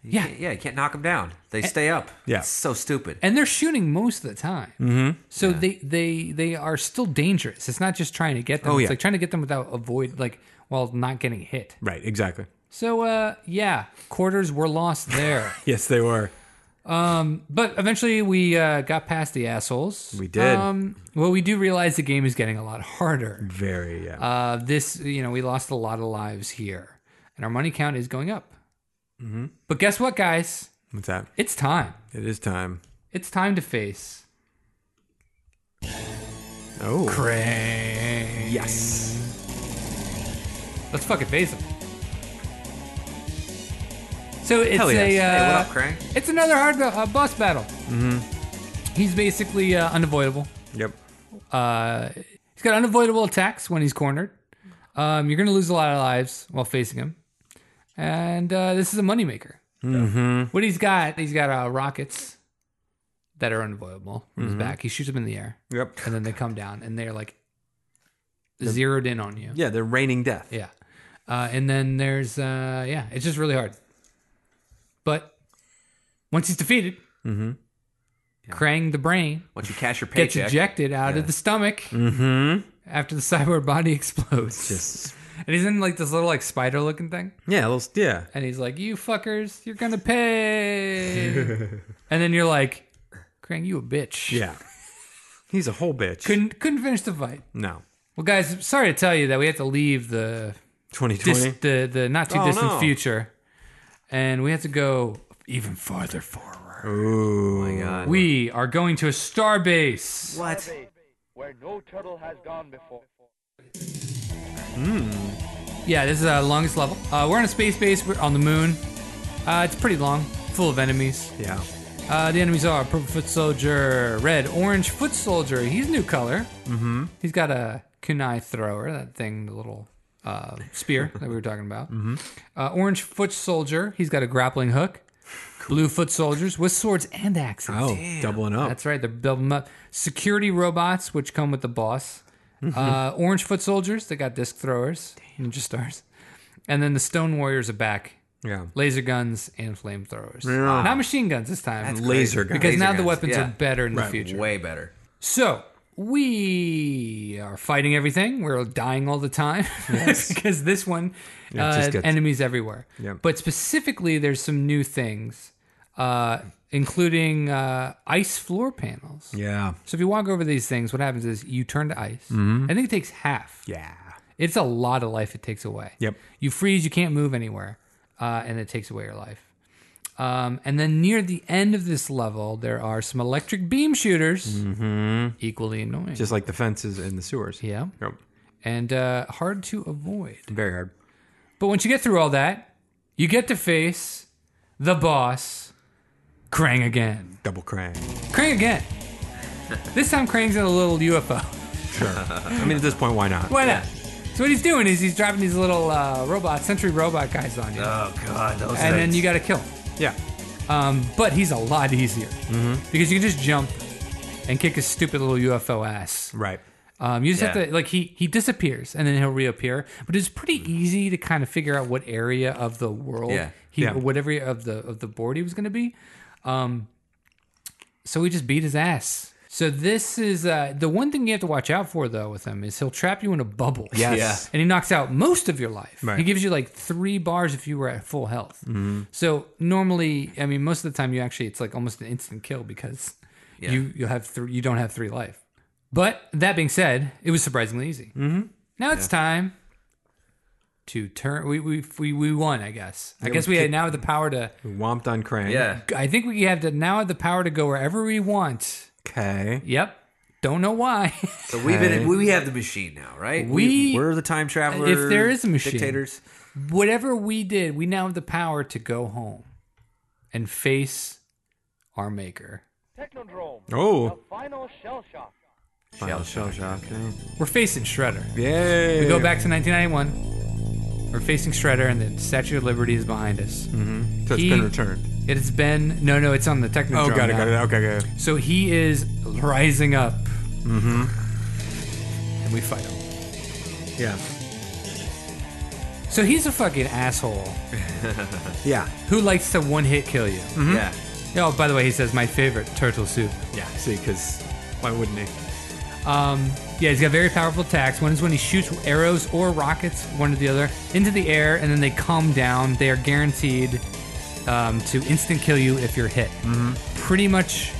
S4: Yeah.
S3: Yeah, you can't knock them down. They stay up.
S1: Yeah.
S3: It's so stupid.
S4: And they're shooting most of the time.
S1: Mm-hmm.
S4: So they, they they are still dangerous. It's not just trying to get them.
S1: Oh,
S4: it's
S1: yeah.
S4: like trying to get them without avoid like while not getting hit.
S1: Right. Exactly.
S4: So uh yeah, quarters were lost
S1: *laughs*
S4: there.
S1: Yes, they were.
S4: But eventually, we uh, got past the assholes.
S1: We did. Mm.
S4: Um, well, we do realize the game is getting a lot harder.
S1: Very. Yeah.
S4: Uh, this, you know, we lost a lot of lives here, and our money count is going up.
S1: Mm-hmm.
S4: But guess what, guys?
S1: What's that?
S4: It's time.
S1: It is time.
S4: It's time to face
S1: Oh.
S4: Crane.
S1: Yes.
S4: Let's fucking face him. So it's
S1: Hell yes.
S4: a.
S1: Hey,
S4: Uh,
S3: hey, what up, Crank?
S4: It's another hard uh, boss battle. Mm-hmm. He's basically uh, unavoidable.
S1: Yep.
S4: Uh, He's got unavoidable attacks when he's cornered. Um, you're going to lose a lot of lives while facing him. And uh, this is a moneymaker. Mm-hmm. What he's got, he's got uh, rockets that are unavoidable from his back. He shoots them in the air,
S1: Yep.
S4: and then they come down, and they're like zeroed in on you.
S1: Yeah, they're raining death.
S4: Yeah. Uh, and then there's, uh, yeah, it's just really hard. But once he's defeated, Krang the Brain
S3: Once you cash your
S4: gets
S3: paycheck,
S4: ejected out of the stomach after the cyborg body *laughs* explodes.
S1: Mm-hmm. Just
S4: And he's in like this little like spider looking thing.
S1: yeah, a little, yeah.
S4: And he's like, You fuckers, you're
S1: *laughs*
S4: gonna pay. and then you're like, Krang, you a bitch.
S1: Yeah. He's a whole bitch.
S4: Couldn't couldn't finish the fight.
S1: no.
S4: Well guys, sorry to tell you that we have to leave the
S1: 2020.
S4: dis- the, the not too
S1: Oh,
S4: distant
S1: no.
S4: future. And we have to go even farther forward.
S1: Ooh.
S3: Oh my God.
S4: We are going to a star base.
S3: what?
S5: where no turtle has gone before.
S4: Hmm. Yeah, this is the longest level. Uh, we're on a space base. We're on the moon. Uh, it's pretty long, full of enemies.
S1: Yeah.
S4: Uh, the enemies are purple foot soldier, red, orange foot soldier. He's new color. Mm-hmm. He's got a kunai thrower, that thing, the little uh, spear that we were talking about. *laughs* Mm-hmm. Uh, orange foot soldier. He's got a grappling hook. Blue foot soldiers with swords and axes.
S1: Oh, doubling up.
S4: That's right. They're building them up. Security robots, which come with the boss.
S1: Mm-hmm.
S4: Uh, orange foot soldiers. They got disc throwers, ninja stars, and then the stone warriors are back.
S1: yeah.
S4: Laser guns and flamethrowers.
S1: Yeah.
S4: Not machine guns this time.
S3: That's
S1: Laser
S3: crazy.
S1: gun.
S4: because
S3: Laser
S4: now the
S3: guns,
S4: weapons
S3: yeah.
S4: are better in the
S1: Right.
S4: future.
S3: Way better.
S4: So we are fighting everything. We're dying all the time *laughs* because this one
S1: it just
S4: uh,
S1: gets-
S4: enemies everywhere.
S1: Yep.
S4: But specifically, there's some new things, uh, including uh, ice floor panels.
S1: Yeah.
S4: So if you walk over these things, what happens is you turn to ice. I think it takes half.
S1: Mm-hmm. Yeah.
S4: It's a lot of life it takes away.
S1: Yep.
S4: You freeze, you can't move anywhere, uh, and it takes away your life. Um, and then near the end of this level, there are some electric beam shooters, equally annoying.
S1: Mm-hmm. just like the fences and the sewers.
S4: yeah,
S1: Yep.
S4: and uh, hard to avoid.
S1: Very hard.
S4: But once you get through all that, you get to face the boss, Krang again.
S1: Double crank. *laughs*
S4: Krang again. this time, Krang's in a little UFO.
S1: I mean, at this point, why not?
S4: Why not? So what he's doing is he's dropping these little uh, robot, sentry robot guys on you,
S3: Oh god, those
S4: and then
S3: things.
S4: you got to kill him.
S1: Yeah.
S4: Um, but he's a lot easier because you can just jump and kick his stupid little UFO ass.
S1: Right.
S4: Um, you just
S3: Yeah.
S4: have to like he he disappears and then he'll reappear. But it's pretty easy to kind of figure out what area of the world
S3: Yeah.
S4: he
S1: Yeah.
S4: what area of the of the board he was going to be. Um, so we just beat his ass. So this is uh, the one thing you have to watch out for though with him is he'll trap you in a bubble.
S1: Yes.
S4: And he knocks out most of your life.
S1: Right. Mm-hmm.
S4: He gives you like three bars if you were at full health. So normally, I mean, most of the time, you actually it's like almost an instant kill because you you have three, you don't have three life. But that being said, it was surprisingly easy. Mm-hmm. Now it's time to turn. We we we, we won, I guess. I guess we had now the power to.
S1: Womped on crank.
S3: yeah.
S4: I think we have to now have the power to go wherever we want.
S1: Okay.
S4: Yep. Don't know why. *laughs*
S3: So we've been we have the machine now, right?
S4: We-
S3: we're the time traveler.
S4: If there is a machine.
S3: dictators.
S4: whatever we did, we now have the power to go home and face our maker.
S5: Technodrome. The
S1: Oh.
S5: final shell shock.
S1: Shell, shell shock.
S4: We're facing Shredder.
S1: Yay.
S4: We go back to 1991. We're facing Shredder, and the Statue of Liberty is behind us.
S1: So it's
S4: He-
S1: been returned.
S4: It has been no, no. It's on the Technodrome.
S1: Oh, got it,
S4: now.
S1: got it. Okay, got it.
S4: So he is rising up, mm-hmm. and we fight him.
S1: Yeah.
S4: So he's a fucking asshole
S1: Yeah.
S4: who likes to one-hit kill you.
S1: Mm.
S3: Yeah.
S4: Oh, by the way, he says my favorite turtle soup.
S1: Yeah. See, because why wouldn't he?
S4: Um, yeah, he's got very powerful attacks. One is when he shoots arrows or rockets, one or the other, into the air, and then they calm down. They are guaranteed um, to instant kill you if you're hit. Mm-hmm. Pretty much,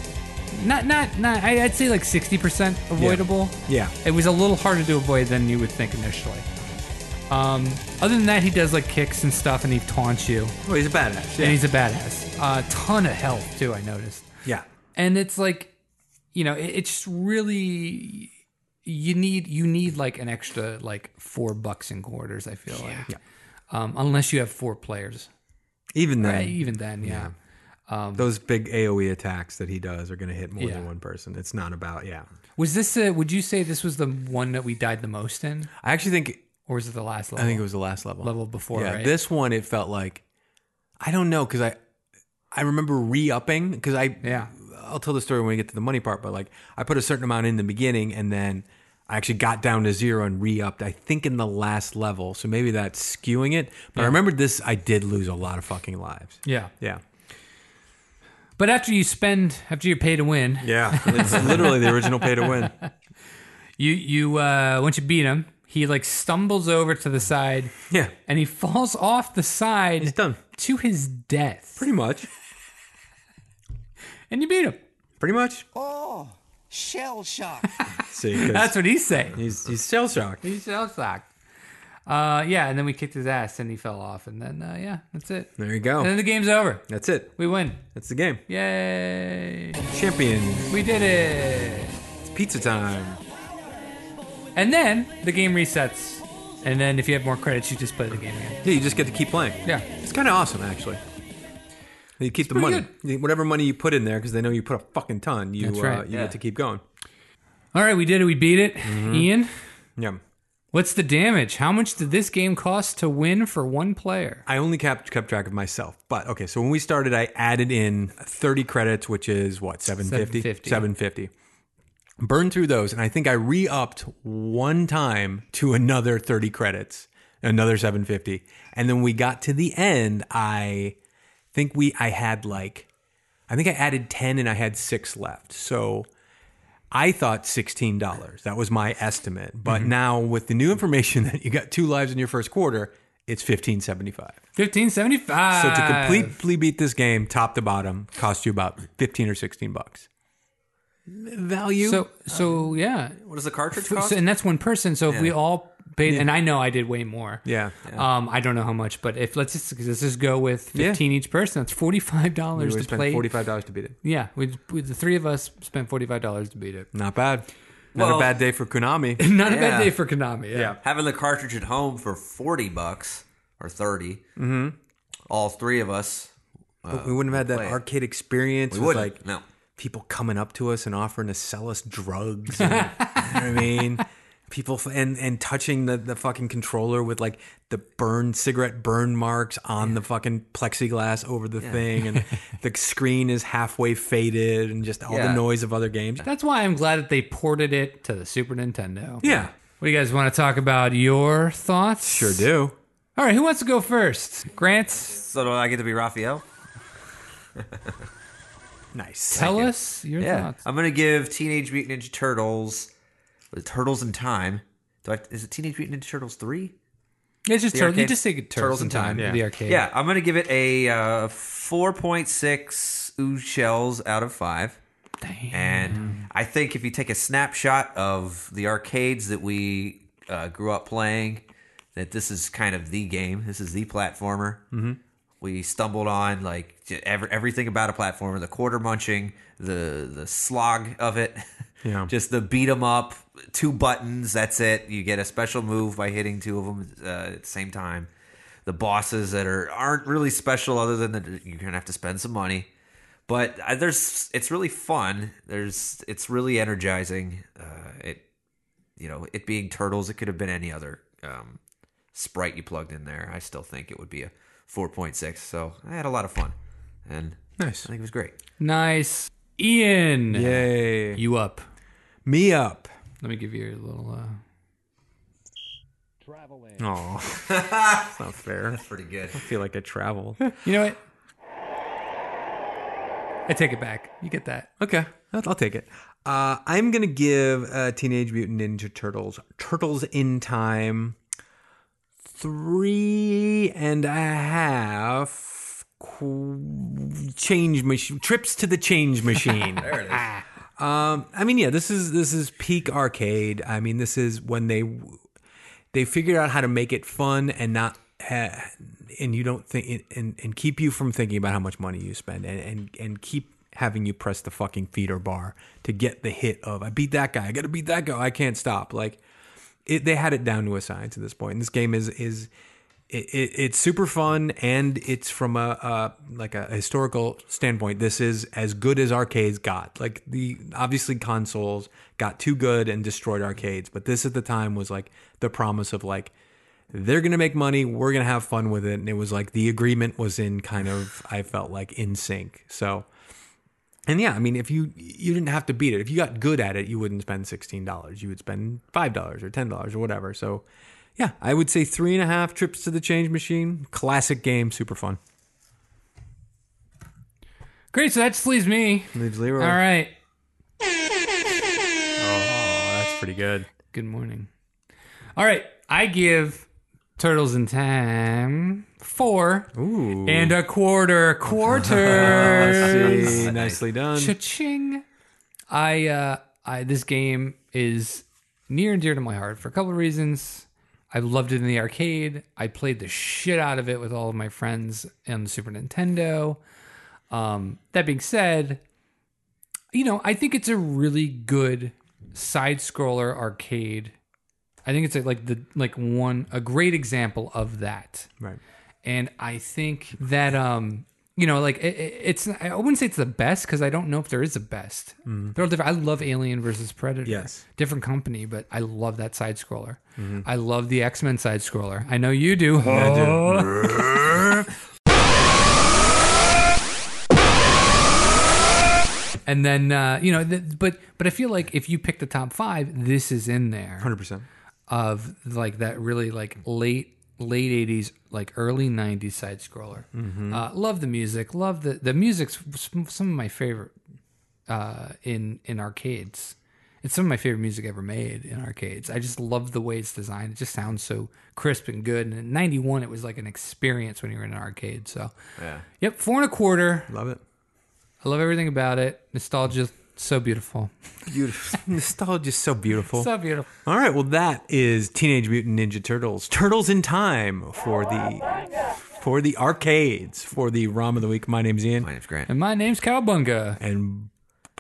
S4: not not not. I, I'd say like sixty percent avoidable.
S1: Yeah.
S4: it was a little harder to avoid than you would think initially. Um, other than that, he does like kicks and stuff, and he taunts you,
S3: Well, he's a badass.
S4: and he's a badass. A ton of health too. I noticed
S1: Yeah.
S4: and it's like you know it, it's just really you need you need like an extra like four bucks and quarters i feel like um unless you have four players
S1: Even then,
S4: Eh, even then yeah,
S1: those big AOE attacks that he does are going to hit more
S4: Um, Yeah.
S1: than one person. It's not about yeah.
S4: was this a, would you say this was the one that we died the most in
S1: I actually think
S4: or was it the last level
S1: I think it was the last level.
S4: level before
S1: yeah.
S4: right
S1: This one, it felt like I don't know because I I remember re-upping because I
S4: yeah
S1: I'll tell the story when we get to the money part, but like I put a certain amount in the beginning and then I actually got down to zero and re upped, I think in the last level. So maybe that's skewing it. But I remember this, I did lose a lot of fucking lives.
S4: yeah
S1: Yeah.
S4: but after you spend after you pay to win
S1: Yeah. it's literally the original pay to
S4: *laughs*
S1: win.
S4: you you uh once you beat him he like stumbles over to the side
S1: Yeah.
S4: and he *laughs* falls off the side
S1: He's done.
S4: to his death
S1: Pretty much.
S4: and you beat him
S1: Pretty much.
S2: Oh, shell shock.
S1: See, 'cause
S4: That's what he's saying.
S1: he's, he's shell shocked.
S4: He's shell shocked. Uh, yeah, and then we kicked his ass and he fell off, and then uh, yeah, that's it.
S1: There you
S4: And then
S1: go.
S4: the game's over.
S1: That's it.
S4: We win.
S1: That's the game.
S4: Yay!
S1: Champions.
S4: We did it.
S1: It's pizza time.
S4: And then the game resets, and then if you have more credits, you just play the game again.
S1: Yeah, you just get to keep playing.
S4: Yeah.
S1: It's kind of awesome, actually. You keep the
S4: pretty
S1: money, whatever money you put in there, because they know you put a fucking ton. You
S4: That's
S1: uh,
S4: right,
S1: you
S3: yeah.
S1: get to keep going.
S4: All right, we did it. We beat it.
S1: Mm-hmm.
S4: Ian,
S1: Yeah,
S4: what's the damage? How much did this game cost to win for one player?
S1: I only kept kept track of myself, but okay. So when we started, I added in thirty credits, which is what seven fifty.
S4: 750.
S1: Seven fifty. Burned through those, and I think I re upped one time to another thirty credits, another seven fifty, and then we got to the end. I think we I had like I think I added 10 and I had six left. So I thought $16. That was my estimate. But now with the new information *laughs* that you got two lives in your first quarter, it's 1575.
S4: Fifteen seventy-five.
S1: So to completely beat this game top to bottom cost you about 15 or 16 bucks. Value?
S4: So so yeah.
S3: What does the cartridge
S4: So-
S3: cost?
S4: and that's one person. So if we all paid, and I know I did way more.
S1: Yeah.
S4: Um, I don't know how much, but if let's just 'cause let's just go with fifteen each person. That's forty five
S1: We
S4: dollars
S1: would
S4: to
S1: spend
S4: play.
S1: $45 to beat it.
S4: Yeah, we, we the three of us spent forty five dollars to beat it. *laughs*
S1: Not bad. Not
S3: Well-
S1: a bad day for Konami.
S3: *coughs*
S4: Not a
S3: Yeah.
S4: bad day for Konami. Yeah.
S1: Yeah.
S3: Having the cartridge at home for forty bucks or 30 Mm-hmm. All three of us.
S1: we wouldn't have had that
S3: play it.
S1: arcade experience.
S3: We
S1: with,
S3: would
S1: like
S3: like no.
S1: people coming up to us and offering to sell us drugs. And, you know what I *laughs* mean? People f- and and touching the, the fucking controller with like the burn cigarette burn marks on the fucking plexiglass over the thing, *laughs* and the screen is halfway faded, and just all
S3: Yeah.
S1: the noise of other games.
S4: That's why I'm glad that they ported it to the Super Nintendo.
S1: Yeah,
S4: What do you guys want to talk about? Your thoughts?
S1: sure do.
S4: All right, who wants to go first? Grant,
S3: So do I get to be Raphael?
S1: Nice.
S4: tell us your thoughts.
S3: I'm gonna give Teenage Mutant Ninja Turtles, the Turtles in Time. Do I, is it Teenage Mutant Ninja Turtles three?
S4: It's just
S3: The
S4: turtle. You
S3: arcade-
S4: just say turtles in time.
S1: yeah.
S4: The arcade.
S3: Yeah, I'm gonna give it a uh, 4.6 ooh shells out of five. And I think if you take a snapshot of the arcades that we uh, grew up playing, that this is kind of the game. This is the platformer. Mm-hmm. We stumbled on like j- every, everything about a platformer: the quarter munching, the the slog of it, *laughs*
S1: Yeah.
S3: just the beat 'em up. Two buttons. That's it. You get a special move by hitting two of them uh, at the same time. The bosses that are aren't really special, other than that you're gonna have to spend some money but uh, there's it's really fun there's it's really energizing uh it you know it being turtles it could have been any other um sprite you plugged in there i still think it would be a 4.6 so i had a lot of fun and
S1: Nice.
S3: i think it was great
S4: Nice. Ian.
S1: Yay.
S4: You up.
S1: Me *laughs* up.
S4: Let me give you a little. Uh...
S5: Traveling.
S1: Oh, that's not fair. I
S3: pretty good
S1: feel like I travel.
S4: You know what? I take it back. You get that.
S1: Okay, I'll, I'll take it. Uh, I'm gonna give uh, Teenage Mutant Ninja Turtles Turtles in Time three and a half qu- change machine trips to the change machine. *laughs* there it is. Um, I mean, yeah, this is this is peak arcade. I mean, this is when they they figured out how to make it fun and not ha- and you don't think and and keep you from thinking about how much money you spend and and, and keep having you press the fucking feeder bar to get the hit of I beat that guy I gotta beat that guy Oh, I can't stop like it, they had it down to a science at this point and this game is is it, it, it's super fun and it's from a uh, like a historical standpoint this is as good as arcades got like the obviously consoles got too good and destroyed arcades but this at the time was like the promise of like they're gonna make money we're gonna have fun with it and it was like the agreement was in kind of i felt like in sync so and yeah, I mean, if you you didn't have to beat it, if you got good at it, you wouldn't spend sixteen dollars. You would spend five dollars or ten dollars or whatever. So, yeah, I would say three and a half trips to the change machine. Classic game, super fun.
S4: Great. So that just leaves me.
S1: Leaves Leroy.
S4: All right.
S1: that's pretty good.
S4: Good morning. All right. I give Turtles in Time four
S1: Ooh,
S4: and a quarter. Quarter.
S1: Hey, nicely done.
S4: Cha-ching. I, uh, I this game is near and dear to my heart for a couple of reasons. I loved it in the arcade. I played the shit out of it with all of my friends on the Super Nintendo. Um, that being said, you know, I think it's a really good side scroller arcade. I think it's like the like one a great example of that
S1: Right.
S4: and I think that um you know like it, it- it's I wouldn't say it's the best because I don't know if there is a best. They're all different. I love Alien versus Predator.
S1: Yes.
S4: different company, but I love that side scroller. I love the X Men side scroller. I know you do. *laughs* and then uh, you know, th- but but I feel like if you pick the top five, this is in there
S1: Hundred percent.
S4: of like that really like late late eighties like early nineties side scroller. Uh, love the music. Love the the music's some some of my favorite uh, in in arcades. It's some of my favorite music ever made in arcades. I just love the way it's designed. It just sounds so crisp and good. And in '91, it was like an experience when you were in an arcade. So, yeah. yep, four and a quarter.
S1: Love it.
S4: I love everything about it. Nostalgia So beautiful.
S1: Beautiful. *laughs* Nostalgia is so beautiful.
S4: So beautiful.
S1: All right, well that is Teenage Mutant Ninja Turtles. Turtles in time for the for the arcades, for the ROM of the week. My name's Ian.
S3: My name's Grant.
S4: And my name's Cowabunga.
S1: And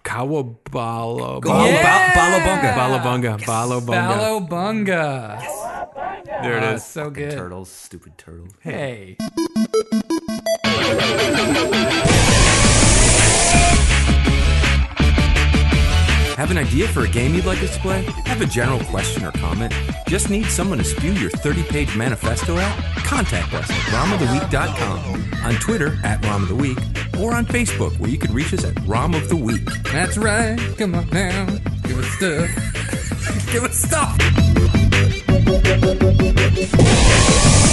S1: Kawabalo
S4: Yeah!
S1: Balabunga. Balabunga.
S4: Balobunga.
S1: There it
S4: Ah,
S1: is.
S4: so good.
S3: Turtles, stupid turtles.
S4: Hey.
S1: Have an idea for a game you'd like us to play? Have a general question or comment? Just need someone to spew your 30 page manifesto out? Contact us at romoftheweek.com, on Twitter at ROM of the Week, or on Facebook where you can reach us at ROM of the Week.
S4: That's right. Come on now. Give us stuff.
S1: Give us stuff!